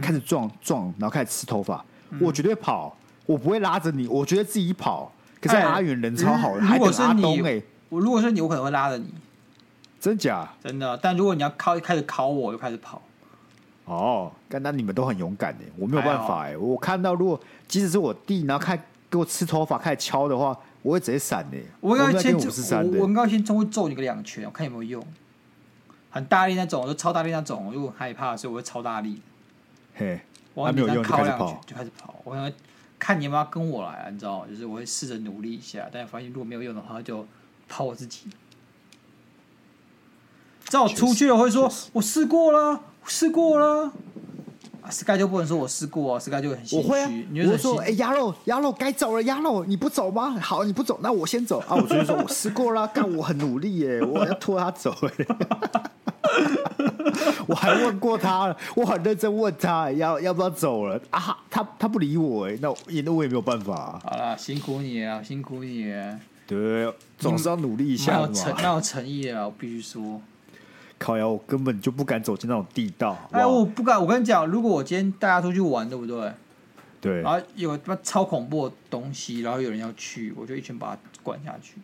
开始撞撞，然后开始吃头发，嗯我绝对跑，我不会拉着你，我觉得自己跑。可是哎阿远人超好的，如还如等果是阿你东哎、我如果是你，我可能会拉着你，真假？真的。但如果你要靠一开始考我，我就开始跑。哦，干那你们都很勇敢哎、我没有办法哎、还我看到如果即使是我弟，然后开给我吃头发开始敲的话，我会直接闪哎、我应应该该先五十三的我我应该先会揍你个两拳，我看有没有用。很大力那种，我就超大力那种，我就很害怕，所以我会超大力。嘿，我啊往你没这有用样靠就开始两拳跑，就开始跑。我可能看你要不要跟我来啊，你知道吗，就是我会试着努力一下，但发现如果没有用的话，就跑我自己。知道我出去了会说确实，我试过了，我试过了。啊，Sky 就不能说我试过、啊、，Sky 就会很心我虚。会啊，你我就会很说，心哎、鸭肉，鸭肉该走了，鸭肉，你不走吗？好，你不走，那我先走啊！我就会说，我试过 了，干，我很努力耶，我要拖他走耶。 我还问过他了，我很认真问他要要不要走了啊，他他不理我哎，那我也那我也没有办法、啊，好啦，辛苦你了，辛苦你了，对，总是要努力一蛮下有诚嘛。蛮有诚意的啊，我必须说。烤鸭，我根本就不敢走进那种地道，好不哎，好我不敢，我跟你讲，如果我今天带他出去玩，对不对？对然，后有他妈超恐怖的东西，然后有人要去，我就一拳把他灌下去。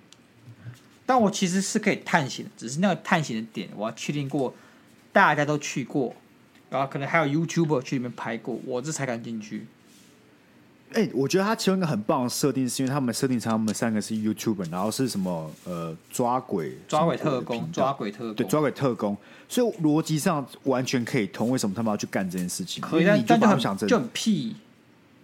但我其实是可以探险的，只是那个探险的点，我要确定过大家都去过，然后可能还有 YouTuber 去里面拍过，我这才敢进去。哎、我觉得他其中一个很棒的设定，是因为他们设定成他们三个是 YouTuber，然后是什么呃抓鬼抓鬼什么特的工，频道抓鬼特工，对抓鬼特工，所以逻辑上完全可以通。为什么他们要去干这件事情？可以，因为但你就但把就他们想很成就很屁。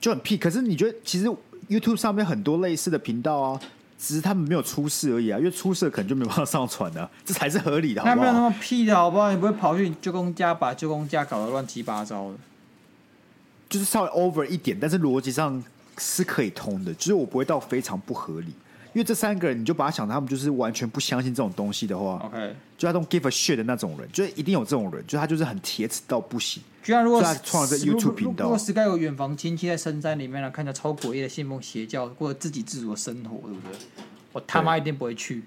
就很屁。可是你觉得其实 YouTube 上面很多类似的频道啊，只是他们没有出事而已啊，因为出事可能就没办法上传了、这才是合理的，好那不没有那好？么屁的好不好？你不会跑去你舅公家把舅公家搞得乱七八糟的。就是稍微 over 一点，但是逻辑上是可以通的，就是我不会到非常不合理。因为这三个人，你就把他想成他们就是完全不相信这种东西的话， OK，就他 don't give a shit 的那种人，就是一定有这种人，就是他就是很铁齿到不行。居然如果所以他创了这 YouTube 如果频道如果 Sky 有远房亲戚在深山里面呢，看着超诡异的信奉邪教，过着自给自足的生活，对不对？我他妈一定不会去。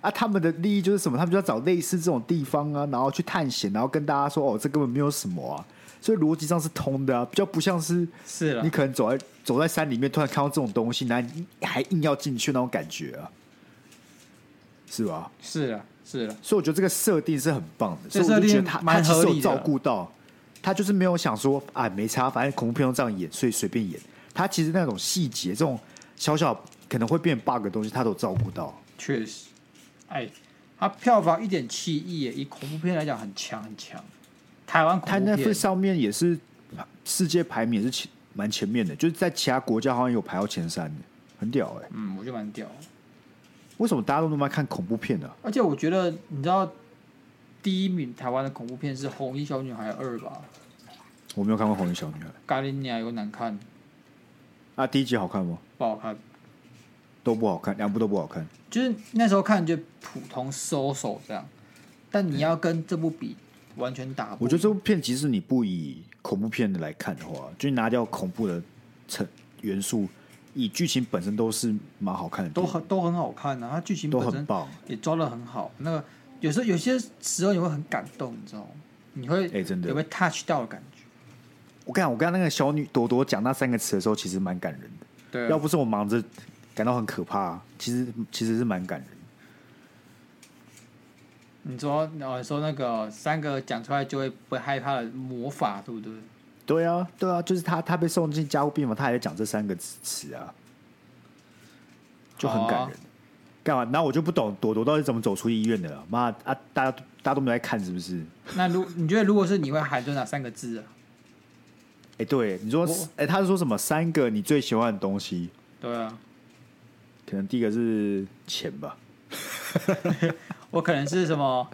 啊，他们的利益就是什么？他们就要找类似这种地方啊，然后去探险，然后跟大家说哦，这根本没有什么啊，所以逻辑上是通的啊，比较不像是是了你，可能走在走在山里面，突然看到这种东西，然后你还硬要进去那种感觉啊，是吧？是了，是了。所以我觉得这个设定是很棒的，这所以我就觉得设定他他蛮其实合有理的照顾到，他就是没有想说啊没差，反正恐怖片都这样演，所以随便演。他其实那种细节，这种小小可能会变 bug 的东西，他都照顾到。确实，哎，它票房一点七亿耶，以恐怖片来讲很强很强。台湾恐他怖 Netflix 片上面也是世界排名也是前蛮前面的，就是在其他国家好像有排到前三的，很屌哎、嗯，我觉得蛮屌的。为什么大家都那么爱看恐怖片呢、而且我觉得，你知道，第一名台湾的恐怖片是《红衣小女孩二》吧？我没有看过《红衣小女孩》咖喱鸟有难看，啊，第一集好看吗？不好看。都不好看，两部都不好看。就是那时候看就普通收手这样，但你要跟这部比，完全打不赢。我觉得这部片，即使你不以恐怖片的来看的话，就拿掉恐怖的成元素，以剧情本身都是蛮好看的都电影，很都很好看啊，它剧情都本身很棒。也抓的很好。那个有时候有些时候你会很感动，你知道吗？你会哎真的有被 touch 到的感觉。我刚我刚那个小女朵朵讲那三个词的时候，其实蛮感人的。对要啊，不是我忙着感到很可怕、其实其实是蛮感人的。你说哦，你说那个三个讲出来就会不会害怕的魔法，对不对？对啊，对啊，就是他他被送进加护病房，他还在讲这三个词啊，就很好感啊人。干嘛？然后我就不懂朵朵到底怎么走出医院的了。妈啊，大家都大家都没来看，是不是？那如你觉得如果是你会喊出哪三个字啊？哎、对，你说我，哎、他是说什么？三个你最喜欢的东西，对啊，可能第一个是钱吧，我可能是什么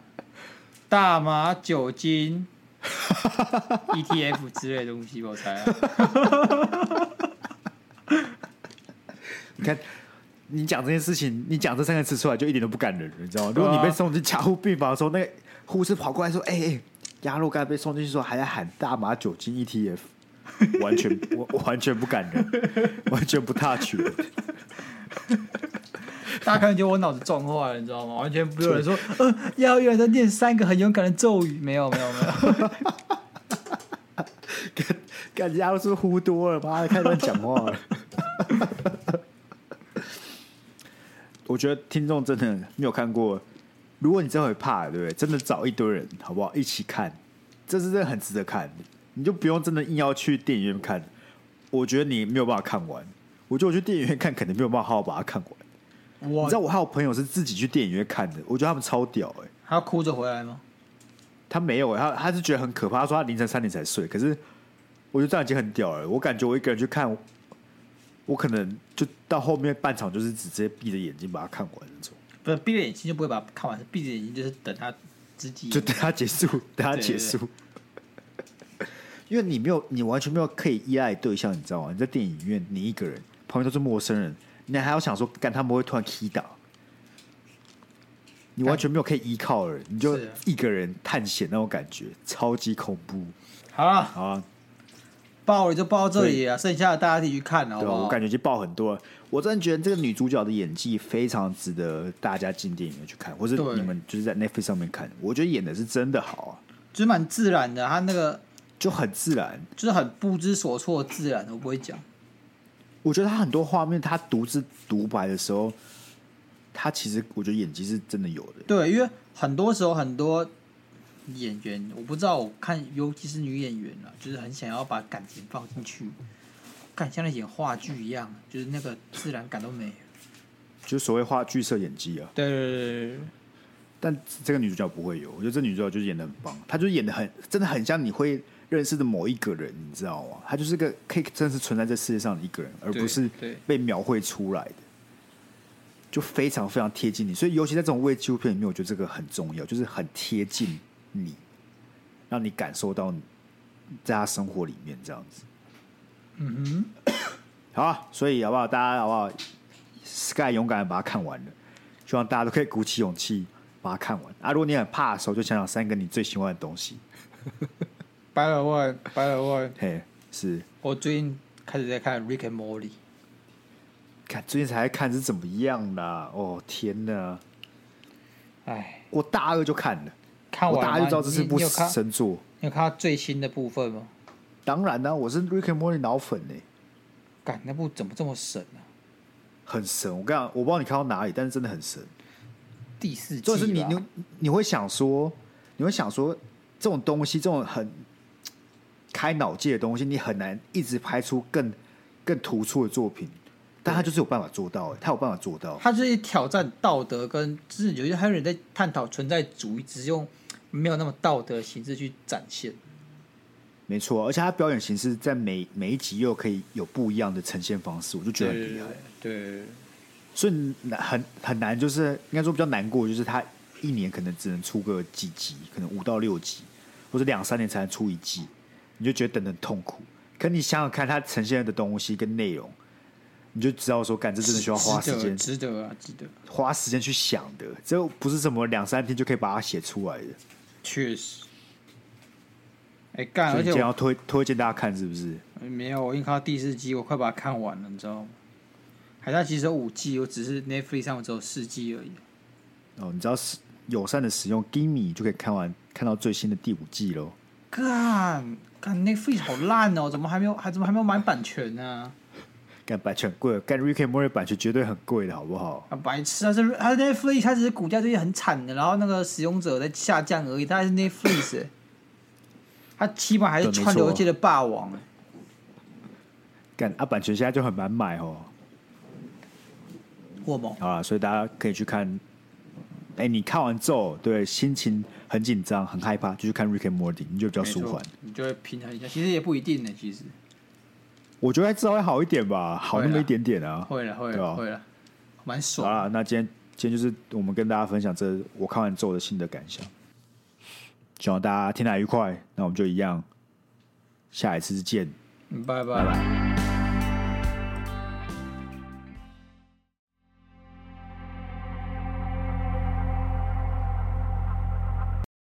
大麻、酒 精、ETF 之类的东西吧，我猜、啊。你看，你讲这件事情，你讲这三个词出来，就一点都不感人了，你知道吗？如对啊果你被送进加护病房的时候，那个护士跑过来说：“哎、哎，鸭肉干被送进去的时候，还在喊大麻酒精 E ETF，完全我我完全不感人，完全不 touch 人。大家可能觉得我脑子撞坏了，你知道吗？完全不有人说，呃，要有人在念三个很勇敢的咒语，没有没有没有，感觉都是呼多了，妈的，开始乱讲话了。 我觉得听众真的没有看过，如果你真的会怕，对不对？真的找一堆人，好不好？一起看，这是真的很值得看，你就不用真的硬要去电影院看。我觉得你没有办法看完，我觉得我去电影院看，肯定没有办法好好把它看完。你知道我我还有朋友是自己去电影院看的，我觉得他们超屌哎、他要哭着回来吗？他没有、欸，他他是觉得很可怕，他说他凌晨三点才睡，可是我觉得这样已经很屌了。我感觉我一个人去看，我可能就到后面半场就是只直接闭着眼睛把它看完那种，不是，闭着眼睛就不会把它看完，闭着眼睛就是等他自己就等它结束，等它结束。因为你没有，你完全没有可以依赖的对象，你知道吗？你在电影院，你一个人，旁边都是陌生人，你还要想说，干他们会突然踢倒，你完全没有可以依靠的人，你就是啊一个人探险那种感觉，超级恐怖。好了，好啊，爆了就爆到这里啊了，剩下的大家自己去看，好对不吧？好？我感觉已经爆很多了。我真的觉得这个女主角的演技非常值得大家进电影院去看，或是对你们就是在 Netflix 上面看。我觉得演的是真的好啊，就是蛮自然的，他那个就很自然。就是很不知所措，自然的，我不会讲。我觉得她很多画面，她独自独白的时候，她其实我觉得演技是真的有的。对，因为很多时候很多演员，我不知道，我看尤其是女演员啊，就是很想要把感情放进去，感像在演话剧一样，就是那个自然感都没有。就所谓话剧社演技啊。对对对对但这个女主角不会有，我觉得这女主角就是演的很棒，她就是演的很，真的很像你会认识的某一个人，你知道吗？她就是个可以真实存在这世界上的一个人，而对不是对被描绘出来的，就非常非常贴近你。所以，尤其在这种微纪录片里面，我觉得这个很重要，就是很贴近你，让你感受到你在她生活里面这样子。嗯好、啊，所以好不好？大家好不好？Sky 勇敢地把它看完了，希望大家都可以鼓起勇气把它看完啊！如果你很怕的时候，就想想三个你最喜欢的东西。哼，白了万，白了万，嘿，是，我最近开始在看《Rick and Morty》，看最近才在看是怎么样啦？哦天哪！哎，我大二就看了，看我完吗大二就知道这是你部你有看神作。你有看到最新的部分吗？当然啦、我是 Rick and Morty 脑粉呢、感那部怎么这么神啊？很神。我跟你讲，我不知道你看到哪里，但是真的很神。第四季吧，就是你你你会想说，你会想说这种东西，这种很开脑界的东西，你很难一直拍出更更突出的作品，但他就是有办法做到、欸，他有办法做到。他就是挑战道德跟，就是有些还有人在探讨存在主义，只是用没有那么道德的形式去展现。没错，而且他表演形式在每每一集又可以有不一样的呈现方式，我就觉得很厉害。对，所以难很很难，就是应该说比较难过，就是他一年可能只能出个几集，可能五到六集，或者两三年才能出一季，你就觉得等得很痛苦。可你想想看，他呈现的东西跟内容，你就知道说，干这真的需要花时间，值得啊，值得，花时间去想的，这不是什么两三天就可以把它写出来的。确实。哎、干，所而以你且今天我要推推荐大家看，是不是？没有，我已经看到第四季，我快把它看完了，你知道吗？海大其实有五季，我只是 Netflix 上只有四季而已。哦，你只要是友善的使用 Gimme 就可以看完，看到最新的第五季喽。干干 Netflix 好烂哦，怎么还没有还怎么还没有买版权啊呢、干版权很贵，干 Rick and Morty 版权绝对很贵的，好不好？啊，白痴啊！是它是 Netflix，它只是股价最近很惨的，然后那个使用者在下降而已，它还是 Netflix，欸、它起码还是对没串流错啊界的霸王、欸。干啊，版权现在就很难买哦。我猛，好啦，所以大家可以去看。哎、你看完之后，对心情很紧张、很害怕，就去看《Rick and Morty》，你就比较没舒错缓。，你就会平衡一下。其实也不一定呢、其实我觉得至少会好一点吧，好那么一点点啊。会了，会对了，啊会了，蛮好啊爽。啦，那今天今天就是我们跟大家分享这我看完之后的心得感想，希望大家听来愉快。那我们就一样，下一次见。嗯，拜拜。